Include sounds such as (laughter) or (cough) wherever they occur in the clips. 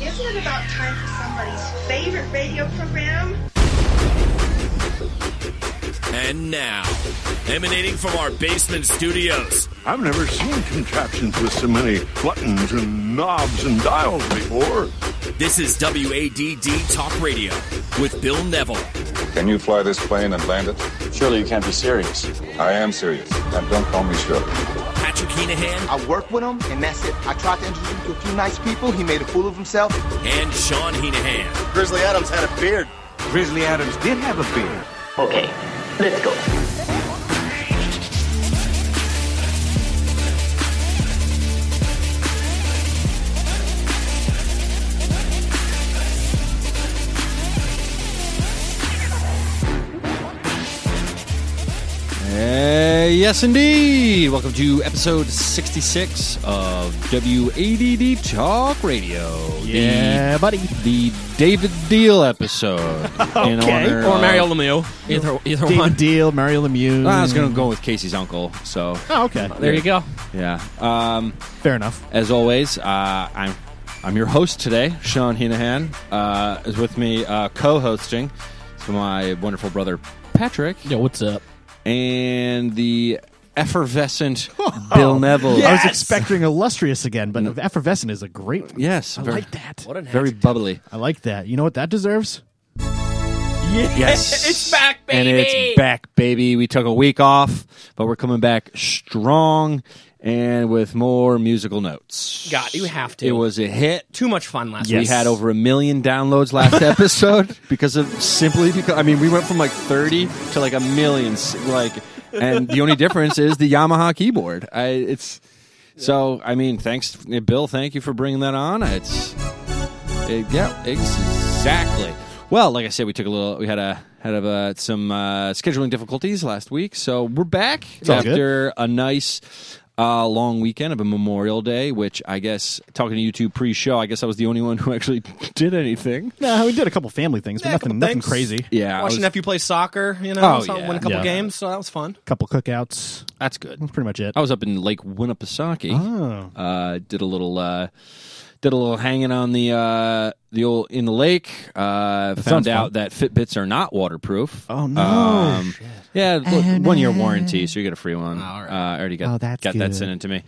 it about time for somebody's favorite radio program? And now, emanating from our basement studios, I've never seen contraptions with so many buttons and knobs and dials before. this is WADD Talk Radio with Bill Neville. Can you fly this plane and land it? Surely you can't be serious. I am serious. And don't call me Shirley. Patrick Heenahan I work with him, and that's it. I tried to introduce him to a few nice people. He made a fool of himself. and Sean Heenahan. Grizzly Adams had a beard. Grizzly Adams did have a beard. Okay, let's go. Uh, yes, indeed. Welcome to episode 66 of WADD Talk Radio. Yeah, buddy. The David Deal episode. okay. or Mario Lemieux. Either, either one. Deal, Mario Lemieux. Ah, Ah, I was going to go with Casey's uncle. So, Oh, okay. There you go. yeah. Um, Fair enough. as always, uh, I'm I'm your host today, Sean Heenahan. Uh, is with me uh, co-hosting is my wonderful brother Patrick Yo, what's up? and the effervescent Bill Neville. Oh, I was expecting illustrious again, but effervescent is a great one. Yes, I very, like that. What an very bubbly. I like that. You know what that deserves? (laughs) Yes, It's back, and baby! it's back, baby. We took a week off, but we're coming back strong and with more musical notes. God, you have to. It was a hit. too much fun last Yes. week. We had over a million downloads (laughs) last episode because of simply because I mean we went from like thirty to like a million s- like, and the only difference is the Yamaha keyboard. I it's so I mean thanks Bill, thank you for bringing that on. It's it, yeah exactly. Well, like I said, we took a little. We had a had a, uh, some uh, scheduling difficulties last week, so we're back all good. after a nice uh, long weekend of a Memorial Day. Which I guess talking to you two pre-show, I guess I was the only one who (laughs) actually did anything. No, we did a couple family things, but Yeah, a nothing, couple nothing things. crazy. Yeah, I Watching was- nephew play soccer, you know, Oh, saw him yeah. win a couple Yeah. games, so that was fun. Couple cookouts. that's good. Pretty much it. Oh. I was up in Lake Winnipesaukee. Oh. Uh, did a little uh, did a little hanging on the uh, the old in the lake. Uh, found sounds fun. out that Fitbits are not waterproof. Um, Oh, no. yeah, look, one year warranty, so you get a free one. all right. uh, I already got Oh, that's got that good. sent in to me.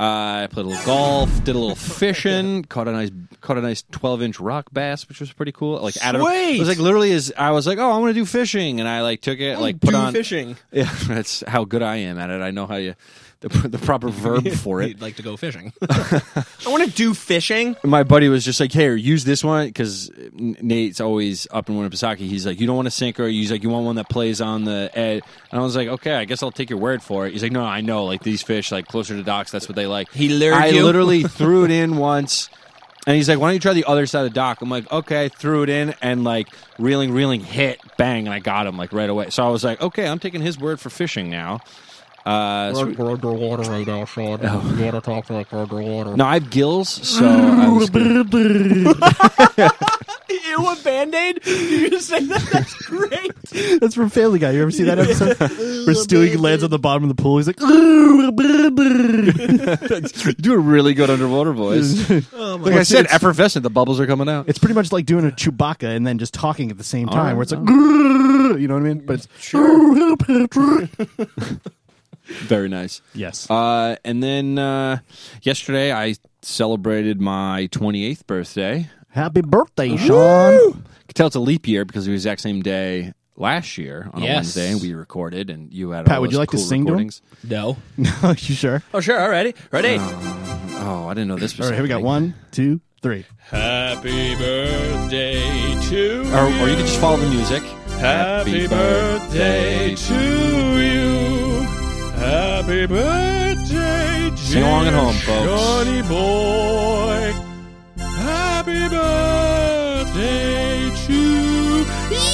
Uh, I played a little golf, did (laughs) a little fishing, caught a nice caught a nice twelve inch rock bass, which was pretty cool. Like out of it Sweet! was like literally as I was like, oh, I want to do fishing, and I like took Oh, it like put do on (laughs) fishing. Yeah, that's how good I am at it. I know how you the, (laughs) the proper (laughs) verb for it. He'd like to go (laughs) fishing. I want to do fishing. my buddy was just like, "Here, use this one," because Nate's always up in Winnipesaukee. He's like, "You don't want a sinker." He's like, "You want one that plays on the edge." And I was like, "Okay, I guess I'll take your word for it." He's like, "No, I know. Like these fish, like closer to docks, that's what they like." He lured I you? (laughs) literally threw it in once, and he's like, "Why don't you try the other side of the dock?" I'm like, "Okay." Threw it in and like reeling, reeling, hit, bang, and I got him like right away. So I was like, "Okay, I'm taking his word for fishing now." Uh, so- Oh. no, I have gills, so (laughs) I was good. Ew, a band aid? You just say that? That's great. That's from Family Guy. You ever see (laughs) that episode where Stewie lands on the bottom of the pool? He's like, "Brr-brr-brr." you (laughs) do a really good underwater (laughs) voice. Oh like I said, effervescent. The bubbles are coming out. it's pretty much like doing a Chewbacca and then just talking at the same time, where it's like, "Brr," (laughs) you know what I mean? But it's Very nice. (laughs) yes, Uh, and then uh, yesterday, I celebrated my 28th birthday. happy (laughs) birthday, Sean. I could tell it's a leap year because it was the exact same day last year on Yes. a Wednesday. We recorded, and you had. Pat, all would those you like to cool sing to him? recordings. No. Are you sure? Oh, sure. All righty. Ready? Oh, I didn't know this was. All right, here we go. happening. One, two, three. Happy birthday to Or, or you could just follow the music. Happy birthday to you. Happy birthday, Sing along at home, folks. boy. Happy birthday to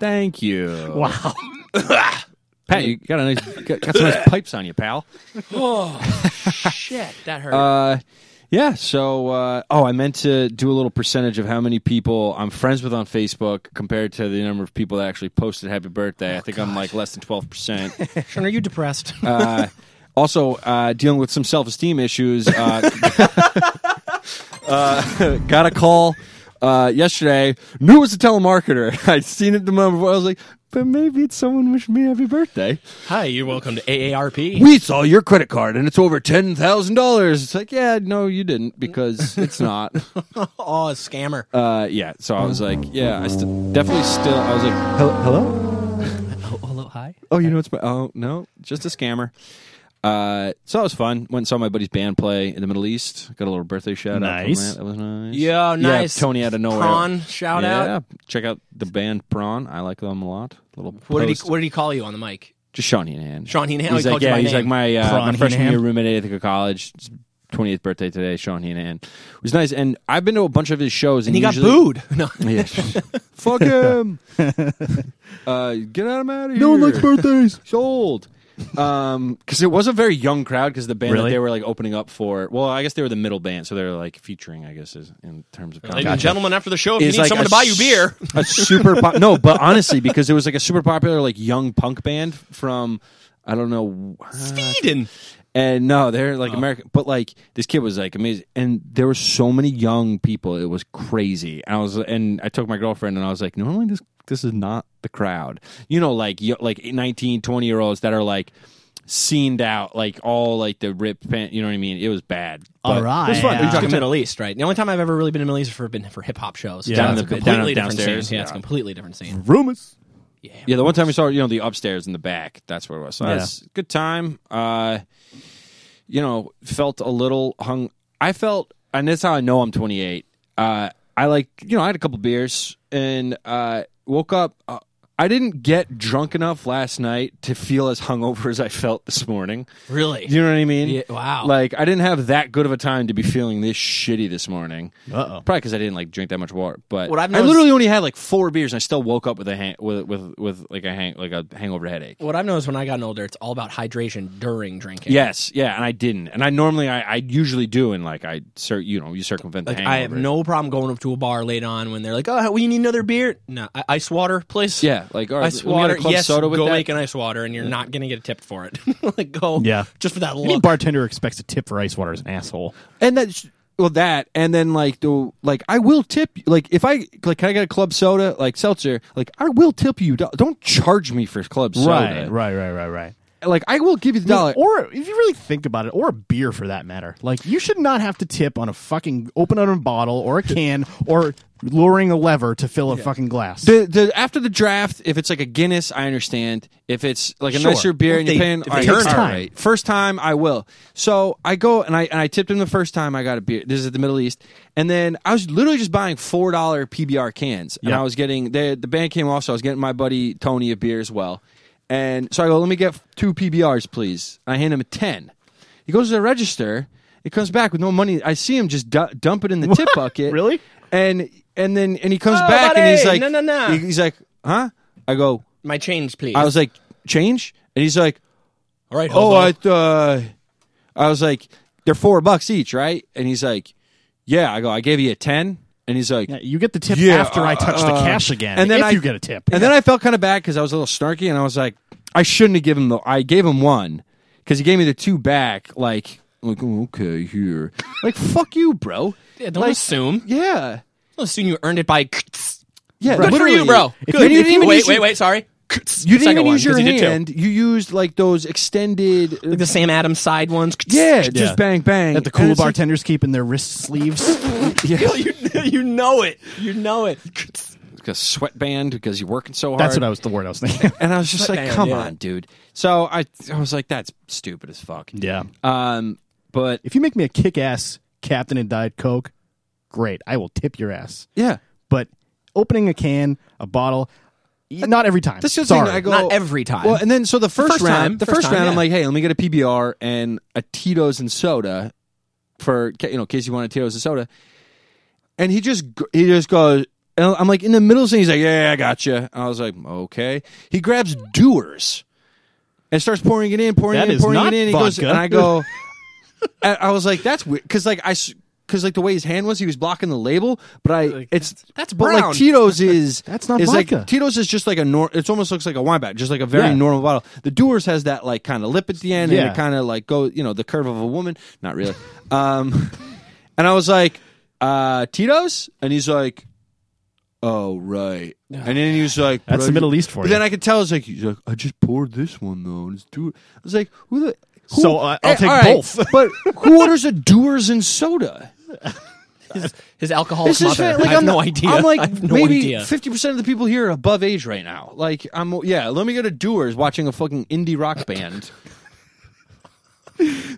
Thank you. Wow. (laughs) Pat, you got a nice, got, got (laughs) some nice pipes on you, pal. Oh, Shit, that hurt. Uh, yeah. So, uh, oh, I meant to do a little percentage of how many people I'm friends with on Facebook compared to the number of people that actually posted happy birthday. I think I'm like less than twelve percent. (laughs) Sean, are you depressed? uh, Also, uh, dealing with some self esteem issues. Uh, (laughs) uh, (laughs) got a call uh, yesterday. Knew it was a telemarketer. (laughs) I'd seen it the moment before. I was like, but maybe it's someone wishing me happy birthday. Hi, you're welcome to AARP. We saw your credit card and it's over ten thousand dollars. It's like, yeah, no, you didn't because it's not. oh, a scammer. Uh, yeah. So I was like, yeah, I st- definitely still. I was like, "Hel- hello. oh, hello, hi. Oh, you know it's my. Oh no, just a scammer. Uh, so that was fun. Went and saw my buddy's band play in the Middle East. Got a little birthday shout out. from Nice. that. That was nice. Yo, nice. Yeah, Tony out of nowhere. Prawn, shout yeah, out. Check out the band Prawn. I like them a lot. Little What did he? post. What did he call you on the mic? Just Sean Heenan. Sean Heenan? Oh, He's he like, called you yeah, by he's name. like my, uh, Prawn my freshman Heenan. year roommate at Ithaca College. 20th birthday today, Sean Heenan. It was nice. And I've been to a bunch of his shows. And And, he got usually- booed. No, Yeah. (laughs) Fuck him. (laughs) uh, get him out of here. No one likes birthdays. He's old. Um, because it was a very young crowd. Because the band Really? that they were like opening up for, well, I guess they were the middle band, so they were like featuring, I guess, is, in terms of. ladies content and gentlemen, after the show, if you is need like someone a to buy you s- beer, a super pop. (laughs) No, but honestly, because it was like a super popular like young punk band from I don't know uh, Sweden. and no, they're like American, but like this kid was like amazing, and there were so many young people. It was crazy. And I was, and I took my girlfriend, and I was like, normally this this is not the crowd, you know, like yo- like 19, 20 year olds that are like scened out, like all like the ripped pant. You know what I mean? It was bad. All right. It was fun. Yeah. You're talking Middle East, right? The only time I've ever really been to Middle East is for been for hip hop shows. Yeah. Down it's in a the- completely down- different downstairs, scene. Yeah, it's a yeah. completely different scene. Rumors. Yeah, the one time we saw, you know, the upstairs in the back. That's where it was. So Yeah. that's good time. Uh, you know, felt a little hung. I felt, and that's how I know I'm 28. Uh, I like, you know, I had a couple beers and uh, woke up. Uh, I didn't get drunk enough last night to feel as hungover (laughs) as I felt this morning. Really? You know what I mean? Yeah, wow. Like I didn't have that good of a time to be feeling this shitty this morning. Uh-oh. Probably because I didn't like drink that much water. But What I've I noticed- literally only had like four beers, and I still woke up with a hang- with with with like a hang like a hangover headache. What I've noticed when I got older, it's all about hydration during drinking. Yes, yeah, and I didn't, and I normally I, I usually do, and like I cir- you know you circumvent Like the I have hangover. no problem going up to a bar late on when they're like, "Oh, we need another beer." No, I- ice water, please. Yeah, like, all right, ice we got a water. club yes, soda with go that? make an ice water, and you're not gonna get a tip for it. (laughs) like go, Yeah. just for that Any look. bartender expects a tip for ice water is an asshole. and that well that and then like the like I will tip like if I like can I get a club soda like seltzer like I will tip you do- don't charge me for club soda Right, right, right, right, right. like I will give you the I mean, dollar Or if you really think about it, or a beer for that matter. Like you should not have to tip on a fucking open on a bottle or (laughs) a can or luring a lever to fill a fucking glass. The, the after the draft, if it's like a Guinness, I understand. If it's like a Sure. nicer beer and If you're they- paying, if all they right, turn all it. right. First time, I will. So I go and I and I tipped him the first time I got a beer. This is at the Middle East, and then I was literally just buying four dollar PBR cans, and Yeah. I was getting the the band came also. I was getting my buddy Tony a beer as well, and so I go, let me get two PBRs, please. I hand him a ten. He goes to the register. It comes back with no money. I see him just du- dump it in (laughs) the tip bucket. Really? And and then and he comes Oh, back and he's buddy, like, no, no, no. he- he's like, huh? I go, My change, please. I was like, change? And he's like, all right. oh, hobo. I, uh, I was like, they're four bucks each, right? And he's like, yeah. I go, I gave you a 10. And he's like, Yeah, you get the tip Yeah, after I touch the uh, cash again. and then if I- you get a tip. and then I felt kind of bad because I was a little snarky, and I was like, I shouldn't have given him the. I gave him one because he gave me the two back. Like, like "Oh, okay, here. Like, fuck you, bro. Yeah, don't like- assume. Yeah, Don't assume you earned it by. (laughs) yeah. Good for literally. you, bro. If Good. you didn't even wait, use wait, your- wait. Sorry. You didn't Second even one, use your 'cause you did too. hand. You used like those extended. uh, Like the Sam Adams side ones. yeah, Yeah. just bang bang. that the And cool it's like- bartenders keep in their wrist (laughs) sleeves. (laughs) yeah, (laughs) you, you know it. You know it. (laughs) like a sweatband because you're working so hard. That's what I was the word I was thinking. And I was just like, Sweatband, come yeah. on, dude. So I, I was like, that's stupid as fuck. (laughs) yeah. Um, but Uh, If you make me a kick ass captain and diet coke, great. I will tip your ass. yeah. But opening a can, a bottle, y- not every time. This is the Sorry. thing I go Not every time. Well, and then so the first, first round, time, the first first, time, round, I'm yeah. like, hey, let me get a PBR and a Tito's and soda for you know, in case you want a Tito's and soda. And he just g- he just goes. And I'm like in the middle of the thing. He's like, yeah, I gotcha. And I was like, okay. He grabs doers and starts pouring it in, pouring That it in, is pouring not it in. He goes, vodka. and I go, and I was like, that's weird because like I. s- because like the way his hand was, he was blocking the label. But I, Like, it's that's- that's but brown. like Tito's is That's not is vodka. like Tito's is just like a nor. It almost looks like a wine bag, just like a very Yeah. normal bottle. The Doers has that like kind of lip at the end, and Yeah. it kind of like go, you know, the curve of a woman. Not really. um, (laughs) and I was like, uh, Tito's, and he's like. Oh right, and then he was like, That's "Bro, the you-" Middle East for But you. then I could tell it's like he's like, I just poured this one though. Let's do it. I was like, who the? Who, So, uh, I'll Eh, take all right, both. (laughs) but who orders a Doers and soda? His alcoholic This is mother. fa- like I have I'm no not- idea. I'm like I have no maybe idea. fifty percent of the people here are above age right now. Like I'm yeah. Let me go to Doers watching a fucking (coughs) indie rock band.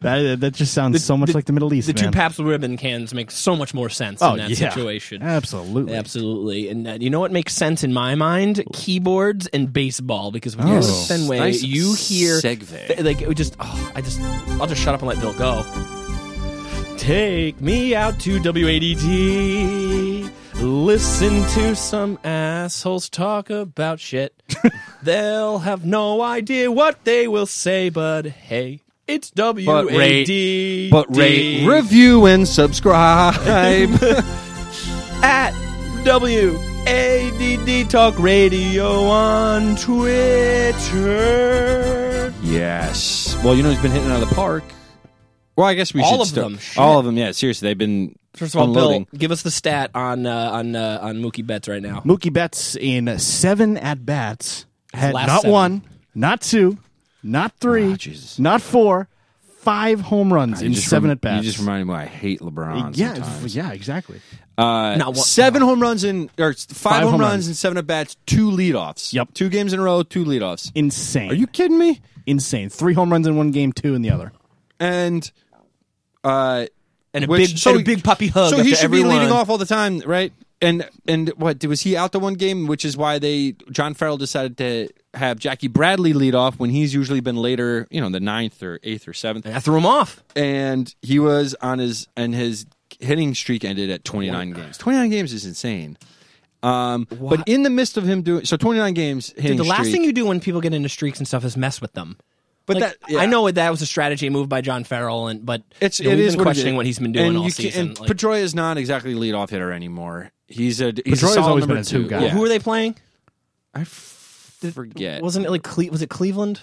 That, that just sounds so much like the Middle East. The two man. Pabst Blue Ribbon cans make so much more sense Oh, in that yeah. situation. Absolutely. Absolutely. And uh, you know what makes sense in my mind? Keyboards and baseball. Because when you go to Yes. Fenway, Nice you hear. segue. th- like, it would just. Oh, I just. I'll just shut up and let Bill go. Take me out to WADT. Listen to some assholes talk about (laughs) shit. They'll have no idea what they will say, but hey, it's But WADT. rate, but rate, review, (laughs) and subscribe. (laughs) at WADD Talk Radio on Twitter. yes. Well, you know he's been hitting out of the park. Well, I guess we All should of start- them. Shit. All of them. Yeah. Seriously, they've been First of all, unloading. Bill, give us the stat on uh, on uh, on Mookie Betts right now. Mookie Betts in seven at bats had last not seven. one, not two, not three, Ah, Jesus. Ah, not four, five home runs You in just seven rem- at bats. You just reminded me why I hate LeBron. yeah, sometimes. f- yeah, exactly. Uh, Not one- seven home runs in or s- five, Five home, home runs, runs. and seven at bats, two leadoffs. Yep. two games in a row, two leadoffs. Insane. Are you kidding me? insane? Three home runs in one game, two in the other. And uh, And a which- big and a big puppy hug. So he after should every be leading run. off all the time, right? And and what was he out the one game, which is why they John Farrell decided to have Jackie Bradley lead off when he's usually been later, you know, the ninth or eighth or seventh. And I threw him off. and he was on his and his hitting streak ended at 29 games. 29 games is insane. Um, but in the midst of him doing so, 29 games Dude, hitting the last streak, thing you do when people get into streaks and stuff is mess with them. But Like, that yeah. I know that was a strategy move by John Farrell, and but It's you know, it we've is been what it questioning is. what he's been doing and all you can- season. And like- Pedroia is not exactly leadoff hitter anymore. He's a he's a Pedroia's solid always been number a two guy. Well, Yeah. Who are they playing? I f- forget. Wasn't it like Cle- was it Cleveland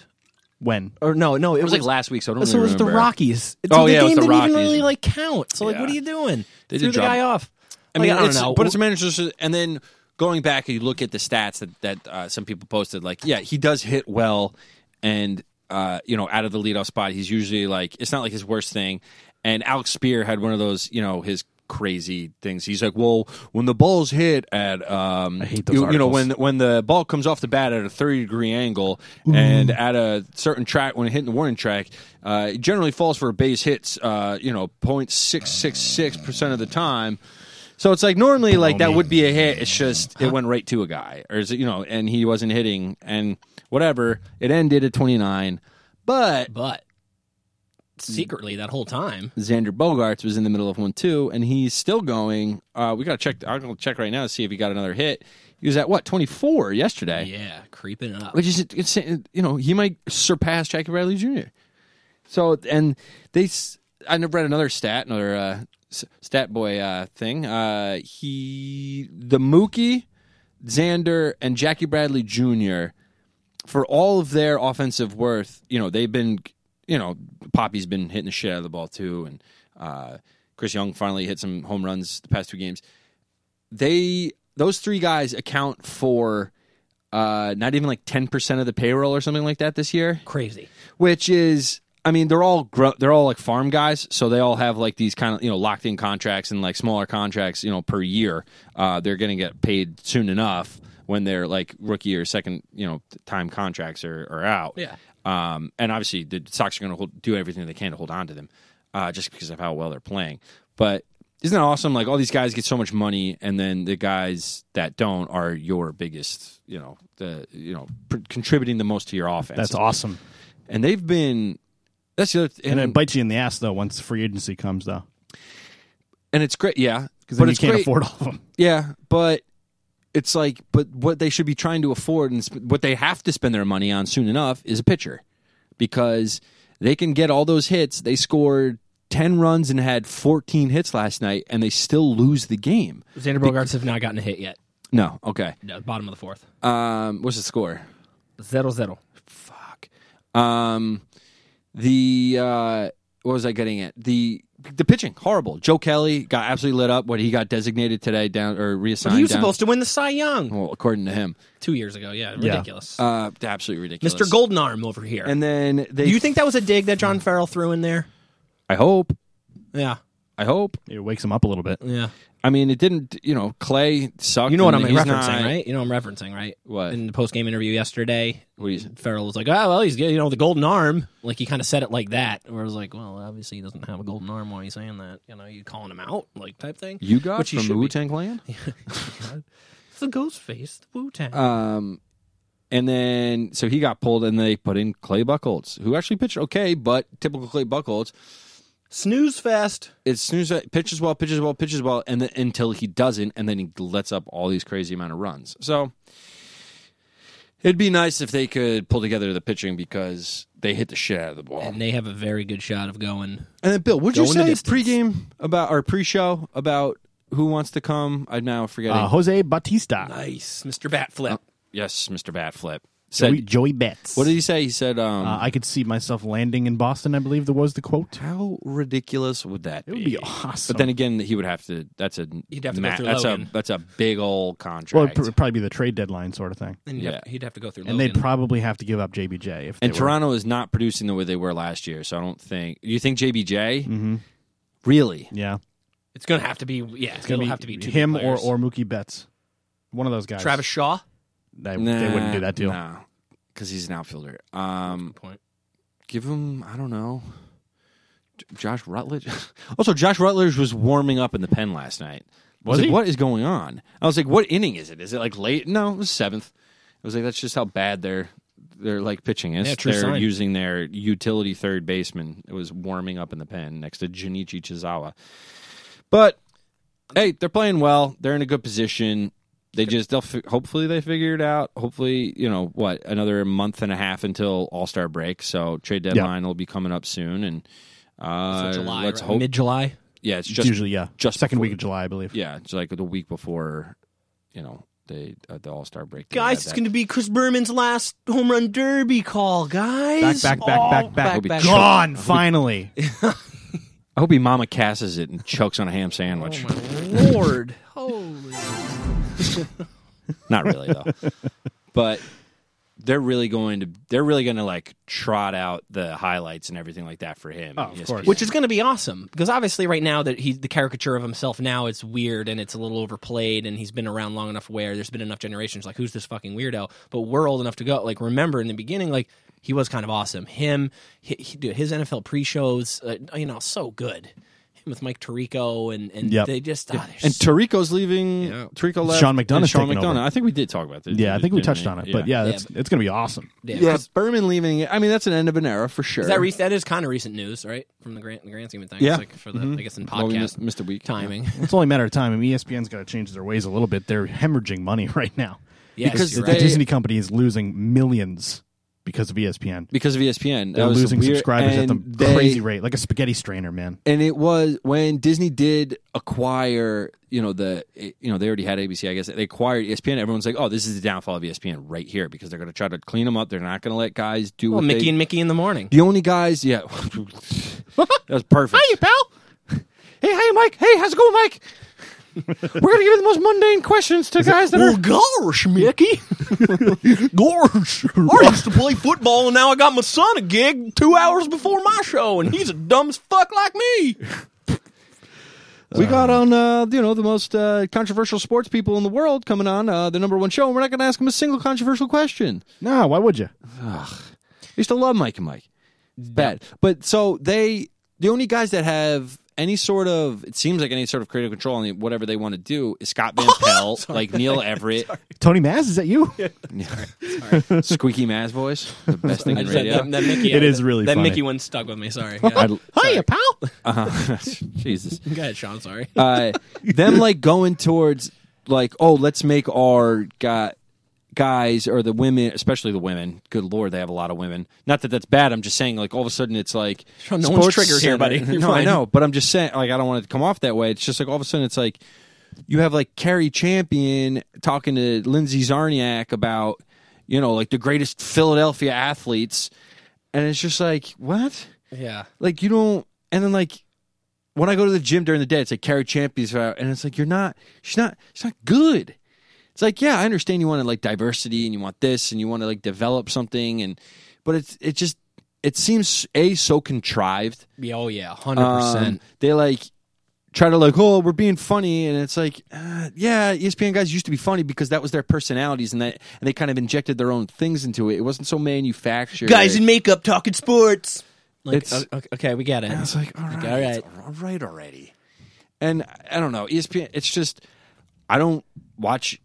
When or no? No, it, it was like last week, so I don't So it really was the remember. Rockies. It's Oh, the yeah, it was game the didn't even Rockies. really like count. So like, what are Yeah. you doing? They Threw did the drop guy it. off. I mean, Like, I don't it's, know. but it's a manager, and then going back and you look at the stats that that uh, some people posted. Like, yeah, he does hit well, and uh, you know, out of the leadoff spot, he's usually like it's not like his worst thing. And Alex Spear had one of those, you know, his crazy things. He's like, well, when the ball's hit at, um, I hate those you, you know, articles. when when the ball comes off the bat at a thirty degree angle and at a certain track when hitting the warning track, uh, it generally falls for a base hits, uh, you know, 0.666 percent of the time. So it's like normally like that would be a hit. It's just it went right to a guy, or is it, you know, and he wasn't hitting and whatever. It ended at twenty nine, but but secretly that whole time. Xander Bogarts was in the middle of one too, and he's still going. Uh, we gotta check. I'm gonna check right now to see if he got another hit. He was at what twenty four yesterday, Yeah, creeping up. which is it's, you know he might surpass Jackie Bradley Jr. So and they, s- I never read another stat, another uh, s- stat boy uh, thing. Uh, he the Mookie, Xander, and Jackie Bradley Jr. for all of their offensive worth, you know they've been, you know Poppy's been hitting the shit out of the ball too, and uh, Chris Young finally hit some home runs the past two games. They those three guys account for uh, not even like ten percent of the payroll or something like that this year Crazy. which is I mean they're all gro- they're all like farm guys, so they all have like these kind of you know locked in contracts and like smaller contracts you know per year. Uh, they're going to get paid soon enough when their like rookie or second you know time contracts are, are out. Yeah. Um, and obviously the Sox are going to do everything they can to hold on to them, uh, just because of how well they're playing. But isn't that awesome? Like all these guys get so much money, and then the guys that don't are your biggest, you know, the you know pr- contributing the most to your offense that's awesome, and they've been that's the other th- and, and it bites you in the ass though once free agency comes though, and it's great yeah because but then you it's can't great, afford all of them. yeah but it's like but what they should be trying to afford and sp- what they have to spend their money on soon enough is a pitcher because they can get all those hits they scored 10 runs and had 14 hits last night, and they still lose the game. Xander Bogarts have not gotten a hit yet. No, okay. No, bottom of the fourth. Um, what's the score? Zero zero. Fuck. Um, the uh, what was I getting at? The the pitching horrible. Joe Kelly got absolutely lit up. What he got designated today down or reassigned. He was down- supposed to win the Cy Young Well, according to him, two years ago. Yeah, ridiculous. uh, absolutely ridiculous. Mr. Golden Arm over here. And then they. Do you think that was a dig that John Farrell threw in there? I hope. Hmm. Yeah, I hope. It wakes him up a little bit. yeah. I mean, it didn't. You know, Clay sucked. You know what I'm and referencing, he's not- right? You know I'm referencing, right? What? in the post game interview yesterday? What do you- Farrell was like, "Oh, well, he's you know the golden arm." Like he kind of said it like that, where I was like, "Well, obviously he doesn't have a golden arm. Why are you saying that? You know, you calling him out, like type thing." You got Which he from should be. Wu Tang Clan. It's the ghost face, the Wu Tang. Um, and then so he got pulled, and they put in Clay Buckholz, who actually pitched okay, but typical Clay Buckholz. Snooze fest. It's snooze pitches well, pitches well, pitches well, and then until he doesn't, and then he lets up all these crazy amount of runs. So it'd be nice if they could pull together the pitching because they hit the shit out of the ball. and And, they have a very good shot of going. then Bill, what'd you Going the say distance. pregame about or pre-show about who wants to come? I now forgetting. Uh, Jose Batista, Nice, Mr. Batflip. yes, Mister Batflip said. Joey, Joey Betts. what did he say? He said, um, uh, I could see myself landing in Boston. I believe that was the quote. "How ridiculous would that It would be awesome. But then again, he would have to. That's a. He'd have to go through that's Logan. a that's a big old well, contract. it'd pr- probably be the trade deadline sort of thing. And he'd, Yeah. have, he'd have to go through. And they'd Logan. probably have to give up JBJ if they and were- Toronto is not producing the way they were last year, so I don't think. You think JBJ? Mm-hmm. Really? Yeah, It's going to have to be. Yeah, it's Gonna going to have to be two him big or, players. or Mookie Betts. One of those guys. Travis Shaw. They, they wouldn't do that deal. because he's an outfielder. Um, Point. give him. I don't know. J- Josh Rutledge. (laughs) also, Josh Rutledge was warming up in the pen last night. I Was like, he? What is going on? I was like, what inning is it? Is it like late? No, it was seventh. I was like, that's just how bad their their like pitching is. Yeah, true They're sign. using their utility third baseman. It was warming up in the pen next to Junichi Chizawa. But hey, they're playing well. They're in a good position. They just they'll fi- hopefully they figure it out. Hopefully, you know what another month and a half until All Star break. So trade deadline will be coming up soon, and uh, So July, let's right? hope. mid-July. yeah, it's It's just usually yeah, just second before- week of July, I believe. yeah, it's like the week before, you know, the uh, the All Star break. Guys, it's going to be Chris Berman's last home run derby call, guys. Back, back, back, Oh, back, back. We'll be back. (laughs) Gone finally. I hope he mama casses it and chokes on a ham sandwich. Oh, (laughs) Lord, holy. (laughs) Not really (laughs) though, but they're really going to they're really going to like trot out the highlights and everything like that for him. Oh, of ESPN. course. Which is going to be awesome because obviously right now that he's the caricature of himself now it's weird and it's a little overplayed and he's been around long enough where there's been enough generations like who's this fucking weirdo but we're old enough to go like remember in the beginning like he was kind of awesome him he, he, dude, his NFL pre-shows uh, you know so good him with Mike Tirico and and Yep. they just oh, they're And so- Tarico's leaving. Tarico left. Sean McDonough's and Sean taking McDonough. over. I think we did talk about this. yeah, I think we didn't touched on it, but yeah, that's, it's going to be awesome. yeah, Yeah, 'cause- Berman leaving. I mean, that's an end of an era for sure. is that, re- that is kind of recent news right from the grand, the grand scheme of things Yeah. Mm-hmm. like for the I guess in Well, we missed- podcast missed a week. (laughs) timing (laughs) It's only a matter of time. I mean, E ESPN's got to change their ways a little bit. They're hemorrhaging money (laughs) right now. Yes, Because The you're right. Disney company is losing millions because of E ESPN. because of E ESPN. They're That was losing weird- subscribers at the and they- crazy rate, like a spaghetti strainer, man. and it was when Disney did acquire, you know, the you know they already had ABC, I guess they acquired ESPN. Everyone's like, oh, this is the downfall of ESPN right here because they're going to try to clean them up. They're not going to let guys do well what Mickey they- and Mickey in the (laughs) morning the only guys. Yeah, that was perfect. Hey, pal Hey, hey, Mike. Hey, how's it going, Mike? We're going to give you the most mundane questions to guys that are. Oh, gosh, Mickey. (laughs) gosh. I used to play football and now I got my son a gig two hours before my show and he's a dumb as fuck like me. We got on, uh, you know, the most uh, controversial sports people in the world coming on uh, the number one show, and we're not going to ask them a single controversial question. No, why would you? I used to love Mike and Mike. It's bad. But so they, the only guys that have any sort of, it seems like any sort of creative control on whatever they want to do is Scott Van Pelt, like Neil Everett, Tony Maz, is (laughs) that you? Squeaky Maz voice, the best thing in radio. Mickey, (laughs) It is really that funny. Mickey one stuck with me. Sorry. (laughs) (laughs) Hiya, pal. Uh-huh. (laughs) Jesus. Go ahead, Sean. (laughs) Sorry. uh, them like going towards like oh let's make our guy guys or the women, especially the women. Good lord, they have a lot of women. Not that that's bad. I'm just saying, like all of a sudden, it's like Sure, (laughs) no one's Sports triggered here, Center- buddy. You're No, I fine. know, but I'm just saying, like I don't want it to come off that way. It's just like all of a sudden, it's like you have like Carrie Champion talking to Lindsay Zarniak about you know like the greatest Philadelphia athletes, and it's just like what Yeah. like you don't and then like when I go to the gym during the day, it's like Carrie Champion's out, and it's like you're not. She's not. She's not good. It's like yeah, I understand you want to like diversity and you want this and you want to like develop something and, but it's it just it seems a so contrived. Yeah, Oh yeah, Um, hundred percent. They like try to like oh we're being funny and it's like uh, yeah ESPN guys used to be funny because that was their personalities and that and they kind of injected their own things into it. It wasn't so manufactured. makeup talking sports. Like, It's- o- okay, we get it. And it's like, all right, all right. all right already. And I- I don't know, E ESPN. It's just I don't watch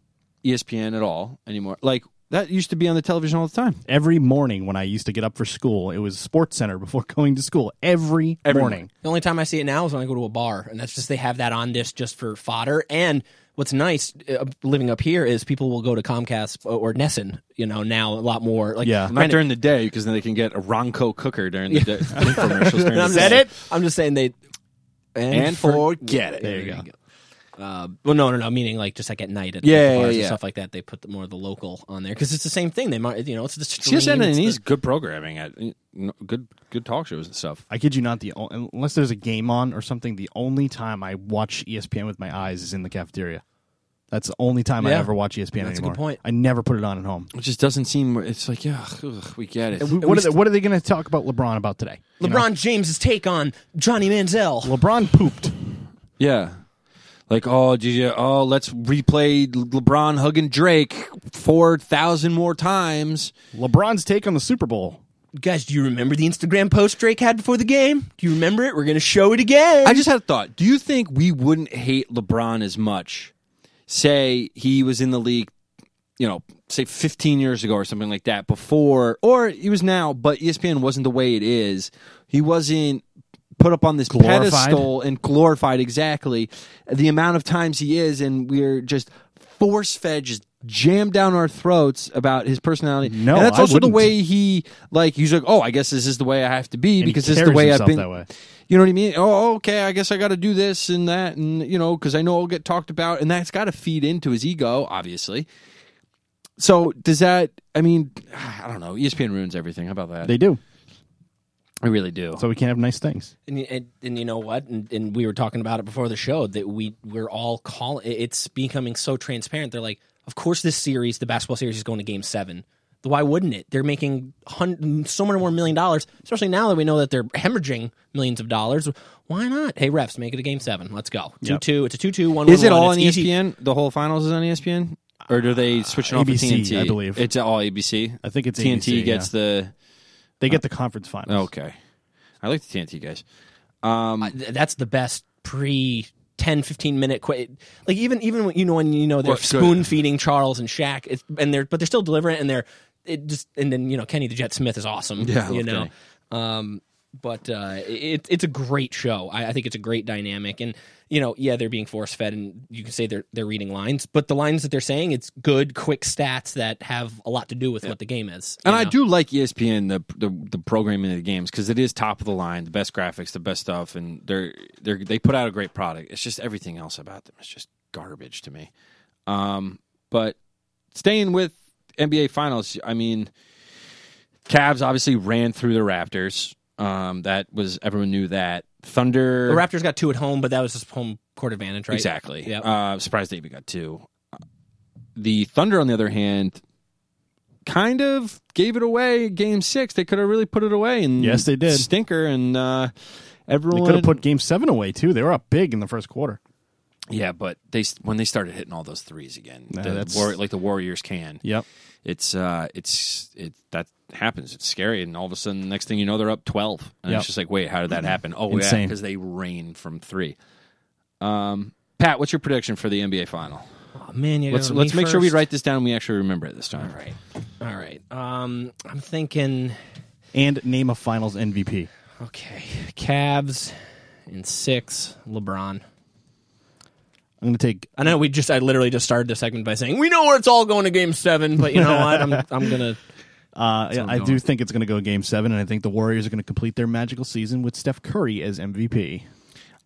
E ESPN at all anymore. Like that used to be on the television all the time. Every morning when I used to get up for school, it was Sports Center before (laughs) going to school. Every, Every morning. The only time I see it now is when I go to a bar, and that's just they have that on disc just for fodder. And what's nice uh, living up here is people will go to Comcast or Nesson, you know, now a lot more. Like, Yeah. Not during the day because then they can get a Ronco cooker during the day. (laughs) infomercials during the I'm day. just, I'm just saying they and, And forget it. There you go. Uh, well, no, no, no. Meaning like just like at night at Yeah, the bars yeah, and yeah. stuff like that. They put the, more of the local on there because it's the same thing. They might, you know, it's the stream. CSN and it's the- these good programming at you know, good good talk shows and stuff. I kid you not, the o- unless there's a game on or something, the only time I watch E ESPN with my eyes is in the cafeteria. That's the only time I Yeah. ever watch E ESPN That's a good anymore. point. I never put it on at home. It just doesn't seem. It's like yeah, ugh, we get it. What are, they, what are they going to talk about LeBron about today? You know? LeBron James's take on Johnny Manziel. LeBron pooped. Yeah. Like, oh, did you, oh, let's replay LeBron hugging Drake 4,000 more times. LeBron's take on the Super Bowl. Guys, do you remember the Instagram post Drake had before the game? Do you remember it? We're gonna show it again. I just had a thought. Do you think we wouldn't hate LeBron as much? Say he was in the league, you know, say 15 years ago or something like that before, or he was now, but E ESPN wasn't the way it is. He wasn't put up on this Glorified. pedestal and glorified exactly the amount of times he is, and we're just force fed, just jammed down our throats about his personality. No, and that's I also the wouldn't. way he like. He's like, oh, I guess this is the way I have to be And he because this is the carries way I've himself been. that way. You know what I mean? Oh, okay. I guess I got to do this and that, and you know, because I know I'll get talked about, and that's got to feed into his ego, obviously. So does that? I mean, I don't know. E ESPN ruins everything. How about that? They do. I really do. So we can't have nice things. and, and, and you know what? And, and we were talking about it before the show that we we're all calling. It's becoming so transparent. They're like, of course, this series, the basketball series, is going to Game Seven. Why wouldn't it? They're making hun- so many more million dollars, especially now that we know that they're hemorrhaging millions of dollars. Why not? Hey, refs, make it a Game Seven. Let's go. Two two. It's a two two one. is it one, one. all on E It's easy. ESPN? The whole finals is on E ESPN, or do Uh, they switch it off ABC, to TNT? I believe. it's all ABC. I think it's TNT ABC, gets the They Oh. get the conference finals. okay. I like the TNT guys. th- that's the best pre 10 15 minute quit like even even when you know when you know they're Well, good. spoon feeding charles and Shaq, it's, and they're but they're still delivering it and they're it just and then you know kenny the jet smith is awesome Yeah, I you love know um but uh it, it's a great show I, I think it's a great dynamic and you know yeah they're being force fed and you can say they're they're reading lines but the lines that they're saying it's good quick stats that have a lot to do with what the game is you And I know? do like E ESPN the the, the programming of the games because it is top of the line, the best graphics, the best stuff, and they're they are they put out a great product. It's just everything else about them is just garbage to me. Um, but staying with NBA Finals, I mean, Cavs obviously ran through the Raptors. Um, that was everyone knew that Thunder the raptors got two at home but that was just home court advantage right Exactly. Yep. Uh, surprised they even got two. The Thunder, on the other hand, kind of gave it away. Game six, they could have really put it away. And Yes, they did. Stinker and uh, They everyone could have put Game Seven away too. They were up big in the first quarter. Yeah, but they when they started hitting all those threes again, No, the that's- war, like the Warriors can. Yep. It's uh, it's it that happens. It's scary, and all of a sudden, the next thing you know, they're up twelve, and Yep. it's just like, wait, how did that happen? Oh, yeah, Insane. because they rain from three. Um, Pat, what's your prediction for the NBA final? Oh, man you Let's got let's me make sure we first. write this down. and We actually remember it this time. All right. All right. Um, I'm thinking, And name a Finals MVP. okay, Cavs in six, LeBron. I'm gonna take. I know we just I literally just started the segment by saying we know where it's all going to game seven, but you know what? I'm I'm gonna Uh, yeah, I do think it's gonna go Game Seven, and I think the Warriors are gonna complete their magical season with Steph Curry as MVP.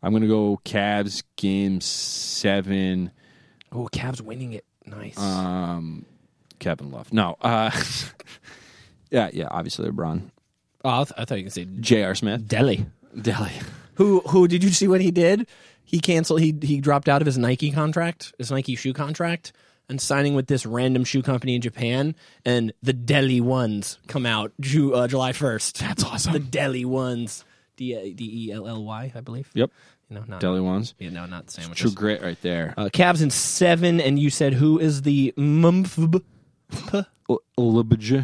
I'm gonna go Cavs game seven. Oh, Cavs winning it. Nice. Um, Kevin Love. No. Uh, (laughs) yeah, yeah. Obviously LeBron. oh, I, th- I thought you could say J.R. Smith. Delhi. Delhi. Who who did you see what he did? He canceled he he dropped out of his Nike contract, his Nike shoe contract, and signing with this random shoe company in Japan and the Delhi ones come out Ju- uh, July first. That's awesome. The Delhi ones. D D E L L Y, I believe. Yep. No, not Delhi ones. Yeah, no, not sandwiches. True grit right there. Uh, Cavs in seven, and you said who is the mumfb? Lubbage.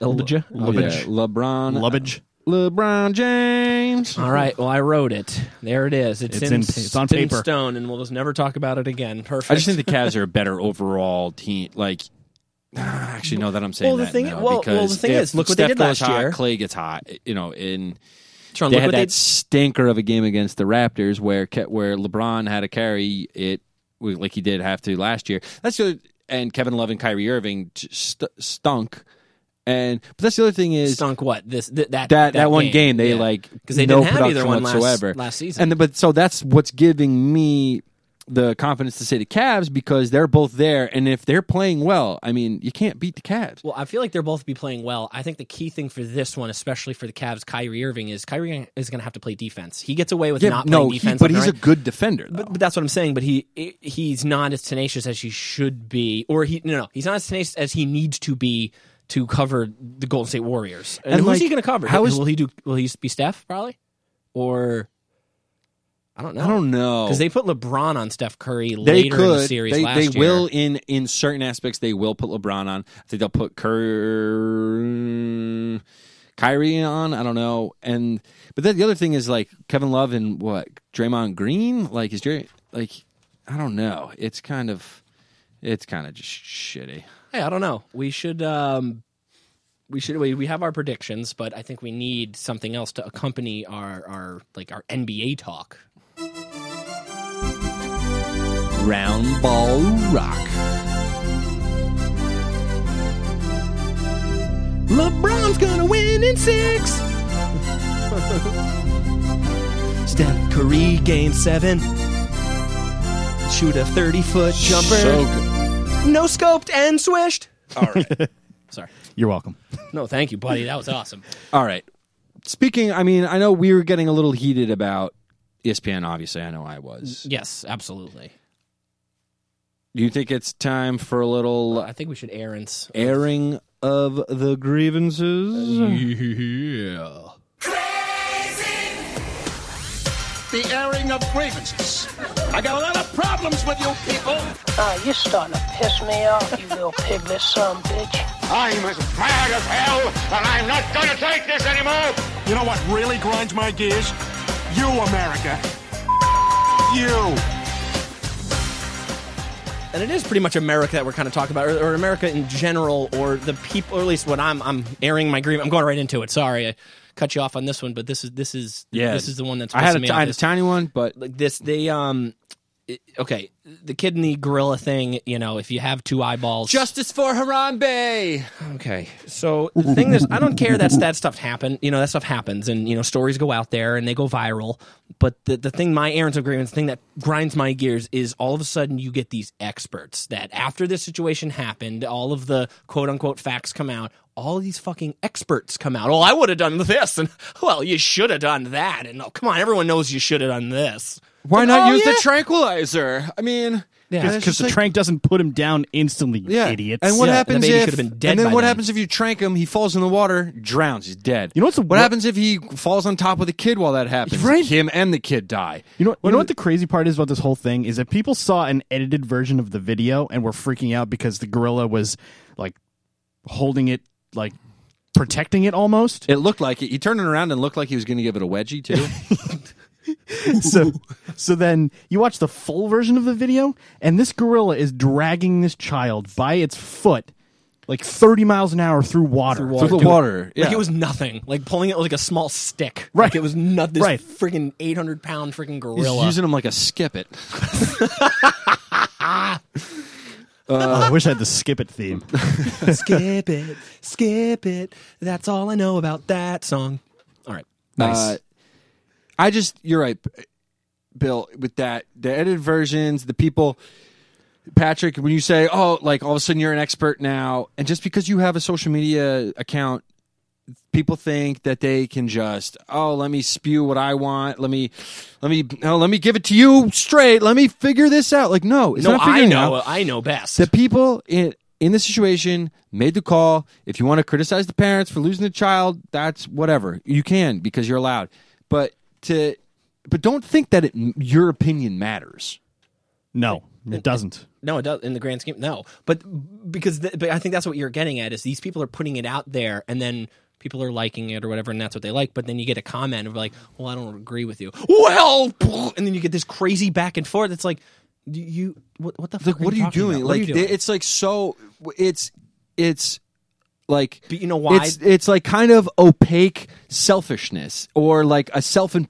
Elbaja? Oh, Yeah, LeBron. Uh, Lubbage. LeBron James. All right. Well, I wrote it. There it is. It's, It's in, in- it's on in paper. stone, and we'll just never talk about it again. Perfect. I just think the Cavs are a better overall team. Like, (sighs) actually, no, that I'm saying Well, the that thing- now, well- because well, the thing if is, look what they Steph did last goes hot, year. Clay gets hot, you know, and Tron, they look had what that they- stinker of a game against the Raptors where Ke- where LeBron had to carry it with- like he did have to last year. That's the other, and Kevin Love and Kyrie Irving just st- stunk. And but that's the other thing is stunk what this th- that, that, that one game, they like because they no didn't have production either one last- whatsoever last, season. And the, but so that's what's giving me the confidence to say the Cavs because they're both there, and if they're playing well, I mean you can't beat the Cavs. well, I feel like they're both be playing well. I think the key thing for this one, especially for the Cavs, Kyrie Irving is Kyrie is going to have to play defense. He gets away with Yeah, not no, playing he- defense, but on the he's a right- good defender. Though. But, but that's what I'm saying. But he i- he's not as tenacious as he should be, or he no no he's not as tenacious as he needs to be to cover the Golden State Warriors. And, And, who's like, he going to cover? how is- will he do? Will he be Steph probably? Or I don't know. I don't know because they put LeBron on Steph Curry Oh. They later could in the series they, last they year. will in in certain aspects they will put LeBron on. I think they'll put Kerr. Kyrie on, I don't know, and but then the other thing is like Kevin Love and what Draymond Green, like is Dray, like I don't know, it's kind of, it's kind of just shitty. Hey, I don't know. We should um we should we, we have our predictions, but I think we need something else to accompany our our like our NBA talk. Round ball rock. LeBron's gonna win in six. (laughs) Steph Curry gains seven. Shoot a thirty-foot jumper. No scoped and swished. (laughs) All right. Sorry. You're welcome. No, thank you, buddy. (laughs) That was awesome. All right. Speaking, I mean, I know we were getting a little heated about E ESPN. Obviously, I know I was. Yes, absolutely. Do you think it's time for a little I think we should errands. airing of the grievances. Yeah. The airing of grievances. I got a lot of problems with you people. Ah, you're starting to piss me off, you little piglet son bitch. I'm as mad as hell, and I'm not gonna take this anymore! You know what really grinds my gears? You, America. You. and it is pretty much America that we're kind of talking about, or, or America in general, or the people, or at least what I'm I'm airing my grievance. I'm going right into it. Sorry, I cut you off on this one, but this is this is this is the one that's I had pissing a, me t- off I had a this- tiny one, but like this. They um, it- okay, the kidney gorilla thing. You know, if you have two eyeballs, justice for Harambe. Okay, so the thing is, I don't care that that stuff happened. You know, that stuff happens, and you know, stories go out there and they go viral. But the the thing, my errands of grievance thing that grinds my gears is all of a sudden you get these experts that after this situation happened, all of the quote unquote facts come out. All these fucking experts come out. Oh, I would have done this, and well, you should have done that, and oh, come on, everyone knows you should have done this. Why Like, not oh, use yeah. the tranquilizer? I mean, Yeah. It's it's Because just the like- trank doesn't put him down instantly, you yeah. idiots. And what Yeah, happens the baby if? should've been dead and then by what then. happens if you trank him? He falls in the water, drowns, he's dead. You know what's the- what, happens if he falls on top of the kid while that happens? Right. Him and the kid die. You know, you What know is- what the crazy part is about this whole thing is that people saw an edited version of the video and were freaking out because the gorilla was like holding it, like protecting it almost. It looked like it. He turned it around and looked like he was going to give it a wedgie too. (laughs) so, so then you watch the full version of the video, and this gorilla is dragging this child by its foot like 30 miles an hour through water. Through the water. Yeah. Like it was nothing. Like pulling it with like a small stick. Right. Like it was not this Right. freaking 800 pound freaking He's gorilla. using him like a skippet. Oh, (laughs) I wish I had the skip it theme. skip it, skip it. That's all I know about that song. All right. Nice. Uh, I just you're right, Bill. With that, the edited versions, the people, Patrick. When you say, "Oh, like all of a sudden you're an expert now," and just because you have a social media account, people think that they can just, "Oh, let me spew what I want. Let me, let me, no, let me give it to you straight. Let me figure this out." Like, no, it's no, not I figuring know. out. I know best. The people in in the situation made the call. If you want to criticize the parents for losing the child, that's whatever. You can because you're allowed. But to but don't think that it, your opinion matters. No, it doesn't. No, it does in the grand scheme. No, but because th- but I think that's what you're getting at is these people are putting it out there, and then people are liking it or whatever, and that's what they like. But then you get a comment of like, "Well, I don't agree with you." Well, (laughs) and then you get this crazy back and forth. It's like, do you what, what the fuck? Like what are you talking doing? about? What Like are you doing? they- it's like so it's it's like But you know why? It's it's like kind of opaque selfishness or like a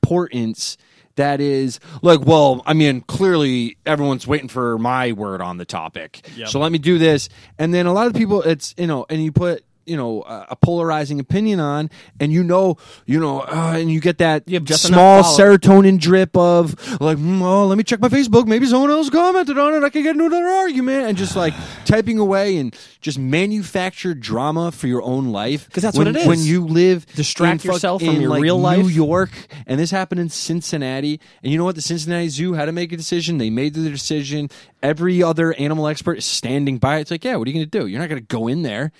self-importance that is like well i mean clearly everyone's waiting for my word on the topic so let me do this and then a lot of people it's you know and you put you know a a polarizing opinion on and you know you know uh, and you get that You have just small enough follow- serotonin drip of like mm, oh let me check my facebook maybe someone else commented on it i could get into another argument and (sighs) just like typing away and just manufacture drama for your own life 'Cause that's when, what it is. when you live Distract in fuck- yourself from in, your like, real life. New York, and this happened in Cincinnati. And you know what? The Cincinnati Zoo had to make a decision. They made the decision. Every other animal expert is standing by. It's like, yeah, what are you going to do? You're not going to go in there.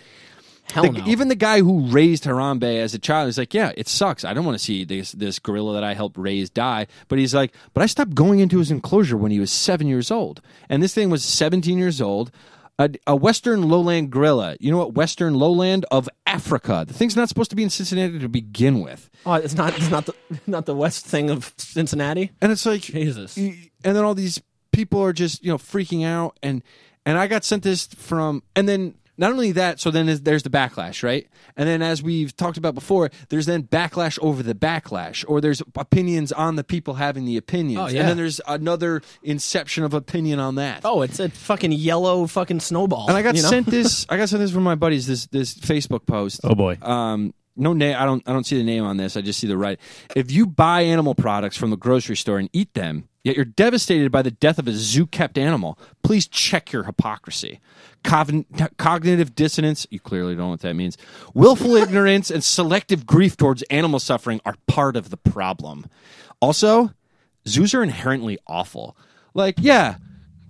Hell The- no. Even the guy who raised Harambe as a child is like, yeah, it sucks. I don't want to see this this gorilla that I helped raise die. But he's like, but I stopped going into his enclosure when he was seven years old, and this thing was seventeen years old. A, a western lowland gorilla. You know what? Western lowland of Africa. The thing's not supposed to be in Cincinnati to begin with. oh, it's not (laughs) it's not the not the West thing of Cincinnati. And it's like Jesus. y- And then all these people are just you know freaking out, and and I got sent this from, and then not only that, so then there's- there's the backlash, right? And then as we've talked about before, there's then backlash over the backlash, or there's opinions on the people having the opinions, Oh, yeah. and then there's another inception of opinion on that. Oh, it's a fucking yellow fucking snowball. And I got you know? sent this. (laughs) I got sent this from my buddies. This this Facebook post. Oh, boy. Um, no name. I don't. I don't see the name on this. I just see the right. If you buy animal products from the grocery store and eat them, yet you're devastated by the death of a zoo-kept animal, please check your hypocrisy. Cogn- cognitive dissonance. You clearly don't know what that means. (laughs) Willful ignorance and selective grief towards animal suffering are part of the problem. Also, zoos are inherently awful. Like, yeah,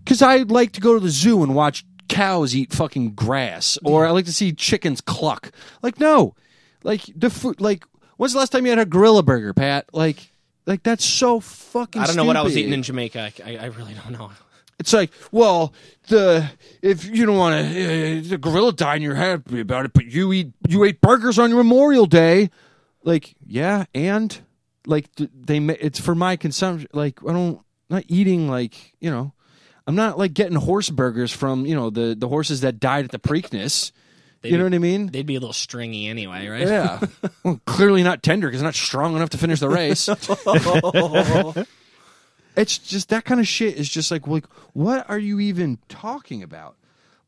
because I like to go to the zoo and watch cows eat fucking grass, or I like to see chickens cluck. Like, no, like the food. Like, when's the last time you had a gorilla burger, Pat? Like, like that's so fucking. I don't know what I was stupid. eating in Jamaica. I, I, I really don't know. It's like, well, the if you don't want to, uh, the gorilla died, and you're happy about it, but you eat you ate burgers on your Memorial Day. Like, yeah, and like th- they, ma- it's for my consumption. Like, I don't not eating like you know, I'm not like getting horse burgers from you know the the horses that died at the Preakness. you know what I mean? They'd be a little stringy anyway, right? yeah. (laughs) well, clearly not tender because not strong enough to finish the race. (laughs) it's just that kind of shit is just like, like, what are you even talking about?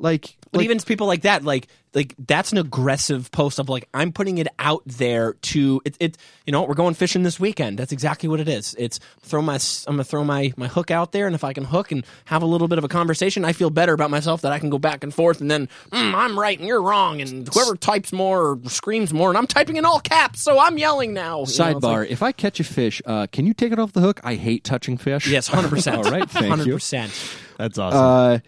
Like, But like even people like that, like like that's an aggressive post of like I'm putting it out there to it. it you know we're going fishing this weekend. That's exactly what it is. It's throw my s- I'm gonna throw my my hook out there, and if I can hook and have a little bit of a conversation, I feel better about myself that I can go back and forth, and then mm, I'm right and you're wrong, and whoever types more or screams more, and I'm typing in all caps, so I'm yelling now. You know, it's like- sidebar, if I catch a fish, uh, can you take it off the hook? I hate touching fish. yes, hundred (laughs) percent. All right, thank hundred you. percent. That's awesome. Uh,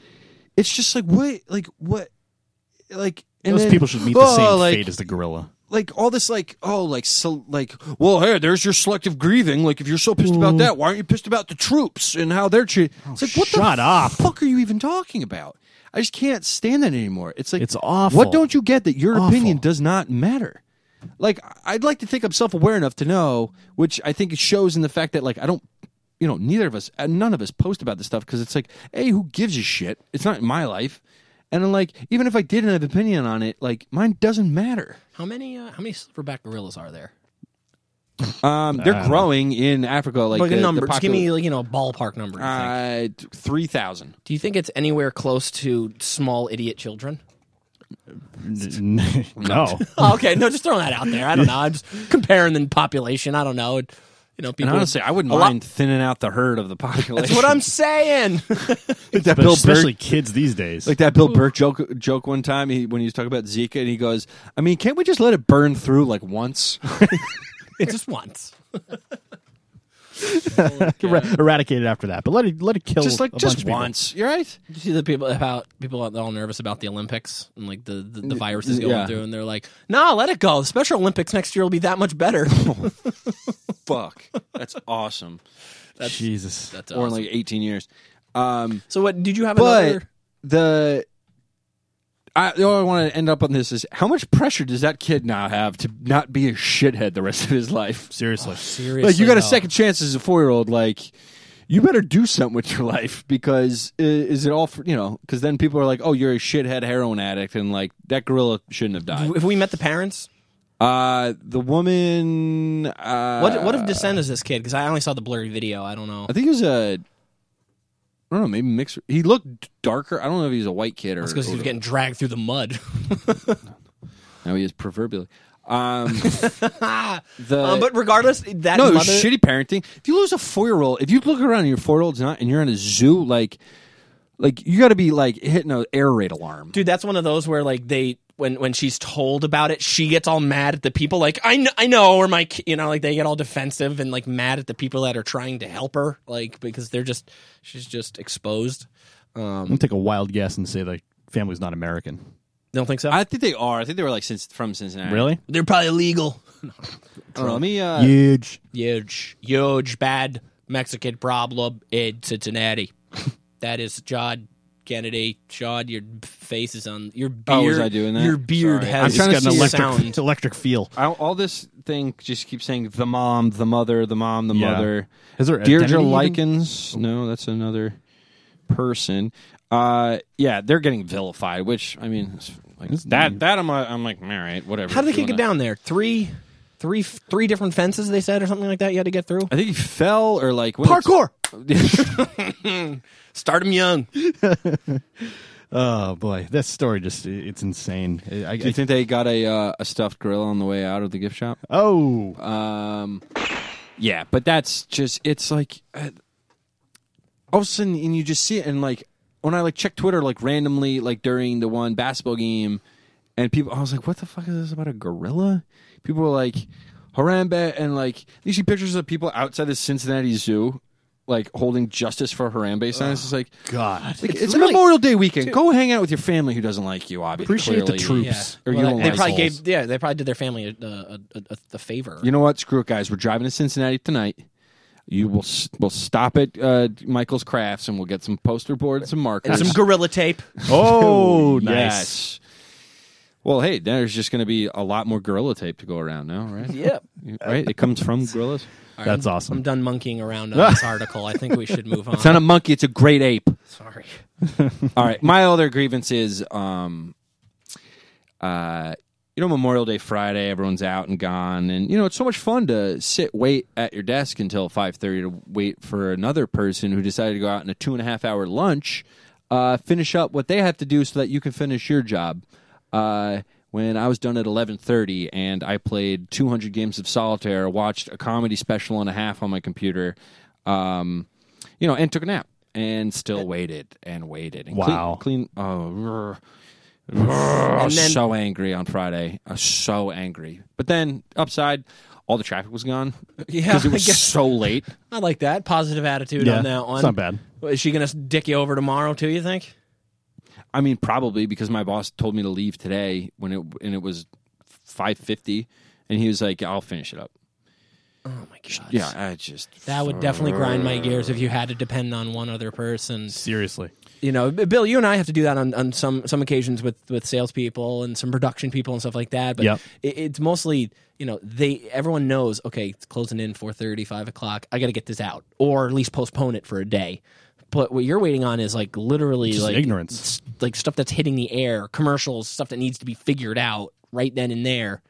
it's just like what, like what, like. And Those then- people should meet oh, the same like, fate as the gorilla. like all this like oh like so like well hey there's your selective grieving like if you're so pissed Mm. about that why aren't you pissed about the troops and how they're treated it's like what Oh, shut the up. fuck are you even talking about i just can't stand that anymore it's like It's awful. what don't you get that your Awful. opinion does not matter like i'd like to think i'm self-aware enough to know which i think it shows in the fact that like i don't you know neither of us uh, none of us post about this stuff because it's like hey who gives a shit it's not my life And I'm like, even if I didn't have an opinion on it, like mine doesn't matter. How many uh, how many silverback gorillas are there? Um, they're growing in Africa, like, Like the, a the number. Just give popul- me like, you know a ballpark number. you think. uh, three thousand. Do you think it's anywhere close to small idiot children? no. Oh, okay, no, just throwing that out there. I don't know. I'm just comparing the population. I don't know. It- You know, And people. honestly, I wouldn't a lot- mind thinning out the herd of the population. That's what I'm (laughs) saying. like that But Bill especially Burke, kids these days. like that Bill Burke joke joke one time he, when he was talking about Zika, and he goes, "I mean, can't we just let it burn through like once? just once. Era- eradicated after that, but let it let it (laughs) kill just like a bunch just of people. (laughs) once? You're right. You see the people about people are all nervous about the Olympics and like the the, the viruses going yeah. through, and they're like, "No, let it go. The Special Olympics next year will be that much (laughs) better." Fuck, that's awesome. Jesus, That's Or in awesome. like 18 years. Um, so, what did you have? but another? the I, the only I want to end up on this is how much pressure does that kid now have to not be a shithead the rest of his life? seriously. seriously, Like you got a though. second chance as a four year old, like you better do something (laughs) with your life because i- is it all for you know? Because then people are like, oh, you're a shithead heroin addict, and like that gorilla shouldn't have died. If we met the parents, Uh, the woman, uh, what what if descent is this kid? Because I only saw the blurry video. I don't know. I think he was a. I don't know, maybe mixed. He looked darker. I don't know if he's a white kid or. Because he was or- getting dragged through the mud. (laughs) No, he is proverbially. (laughs) Um, the Um, but regardless, that no, it was mother- shitty parenting. If you lose a four year old, if you look around and your four year old's not, and you're in a zoo, like, like you got to be like hitting an air raid alarm. dude that's one of those where like they when when she's told about it she gets all mad at the people like i know i know or my ki- you know like they get all defensive and like mad at the people that are trying to help her like because they're just she's just exposed I'm gonna take a wild guess and say the family's not American. don't think so I think they are. I think they were like since from Cincinnati. Really? they're probably illegal I don't know. Let me. Uh, Huge. huge huge bad mexican problem in cincinnati (laughs) that is john kennedy sean your face is on your beard Oh, was I doing that? your beard Sorry. has I'm trying It's to got an see electric, sound (laughs) it's electric feel. I- all this thing just keeps saying the mom, the mother, the mom, the Yeah. mother. Is there Deirdre identity even? Likens? No, that's another person. Uh, yeah, they're getting vilified. Which I mean, it's like, that that I'm uh, I'm like, all right, whatever. How did they If you kick it wanna- down there? Three, three, three different fences they said, or something like that. You had to get through I think he fell or like when it's- (laughs) parkour. Start them young. Oh boy, this story just—it's insane. I, I, Do you think they got a uh, a stuffed gorilla on the way out of the gift shop? oh, Um, Uh, yeah, but that's just it's like uh, all of a sudden, and you just see it, and like when I like check Twitter, like randomly, like during the one basketball game, and people, I was like, what the fuck is this about a gorilla? People were like, Harambe, and like you see pictures of people outside the Cincinnati Zoo. Like holding justice for Harambe signs. It's like God. Like, (laughs) it's Memorial Day weekend. Go hang out with your family who doesn't like you. Obviously, Appreciate the clearly. troops. Or you Well, don't they like probably souls. gave. Yeah, they probably did their family a, a, a, a, a favor. You know what? Screw it, guys. We're driving to Cincinnati tonight. You will s- we'll stop at uh, Michael's Crafts and we'll get some poster boards, some markers, Some gorilla tape. Oh, Yes. nice. Well, hey, there's just going to be a lot more gorilla tape to go around now, right? Yep. Right? It comes from gorillas. That's I'm awesome. done monkeying around (laughs) on this article. I think we should move on. It's not a monkey; it's a great ape. Sorry. All right. My other grievance is, um, uh, you know, Memorial Day Friday, everyone's out and gone, and you know it's so much fun to sit wait at your desk until five thirty to wait for another person who decided to go out in a two and a half hour lunch, uh, finish up what they have to do so that you can finish your job. Uh, when I was done at eleven thirty, and I played two hundred games of solitaire, watched a comedy special and a half on my computer, um, you know, and took a nap. And still waited and waited. And clean- Wow. Clean. oh, I was then- so angry on Friday. I was so angry. But then upside, all the traffic was gone. (laughs) Yeah, because it I was (laughs) guess- so late. I like that positive attitude Yeah, on that one. it's not bad. Is she gonna dick you over tomorrow too? You think? I mean, probably because my boss told me to leave today when it and it was five fifty, and he was like, "I'll finish it up." Oh my god. Yeah, I just That would definitely grind Uh, my gears if you had to depend on one other person. Seriously. you know, B- Bill, you and I have to do that on, on some some occasions with with salespeople and some production people and stuff like that. But Yep. it, it's mostly you know they everyone knows okay, it's closing in 4.30, 5 o'clock. I got to get this out or at least postpone it for a day. But what you're waiting on is like literally Just like ignorance. s- like stuff that's hitting the air, commercials, stuff that needs to be figured out right then and there.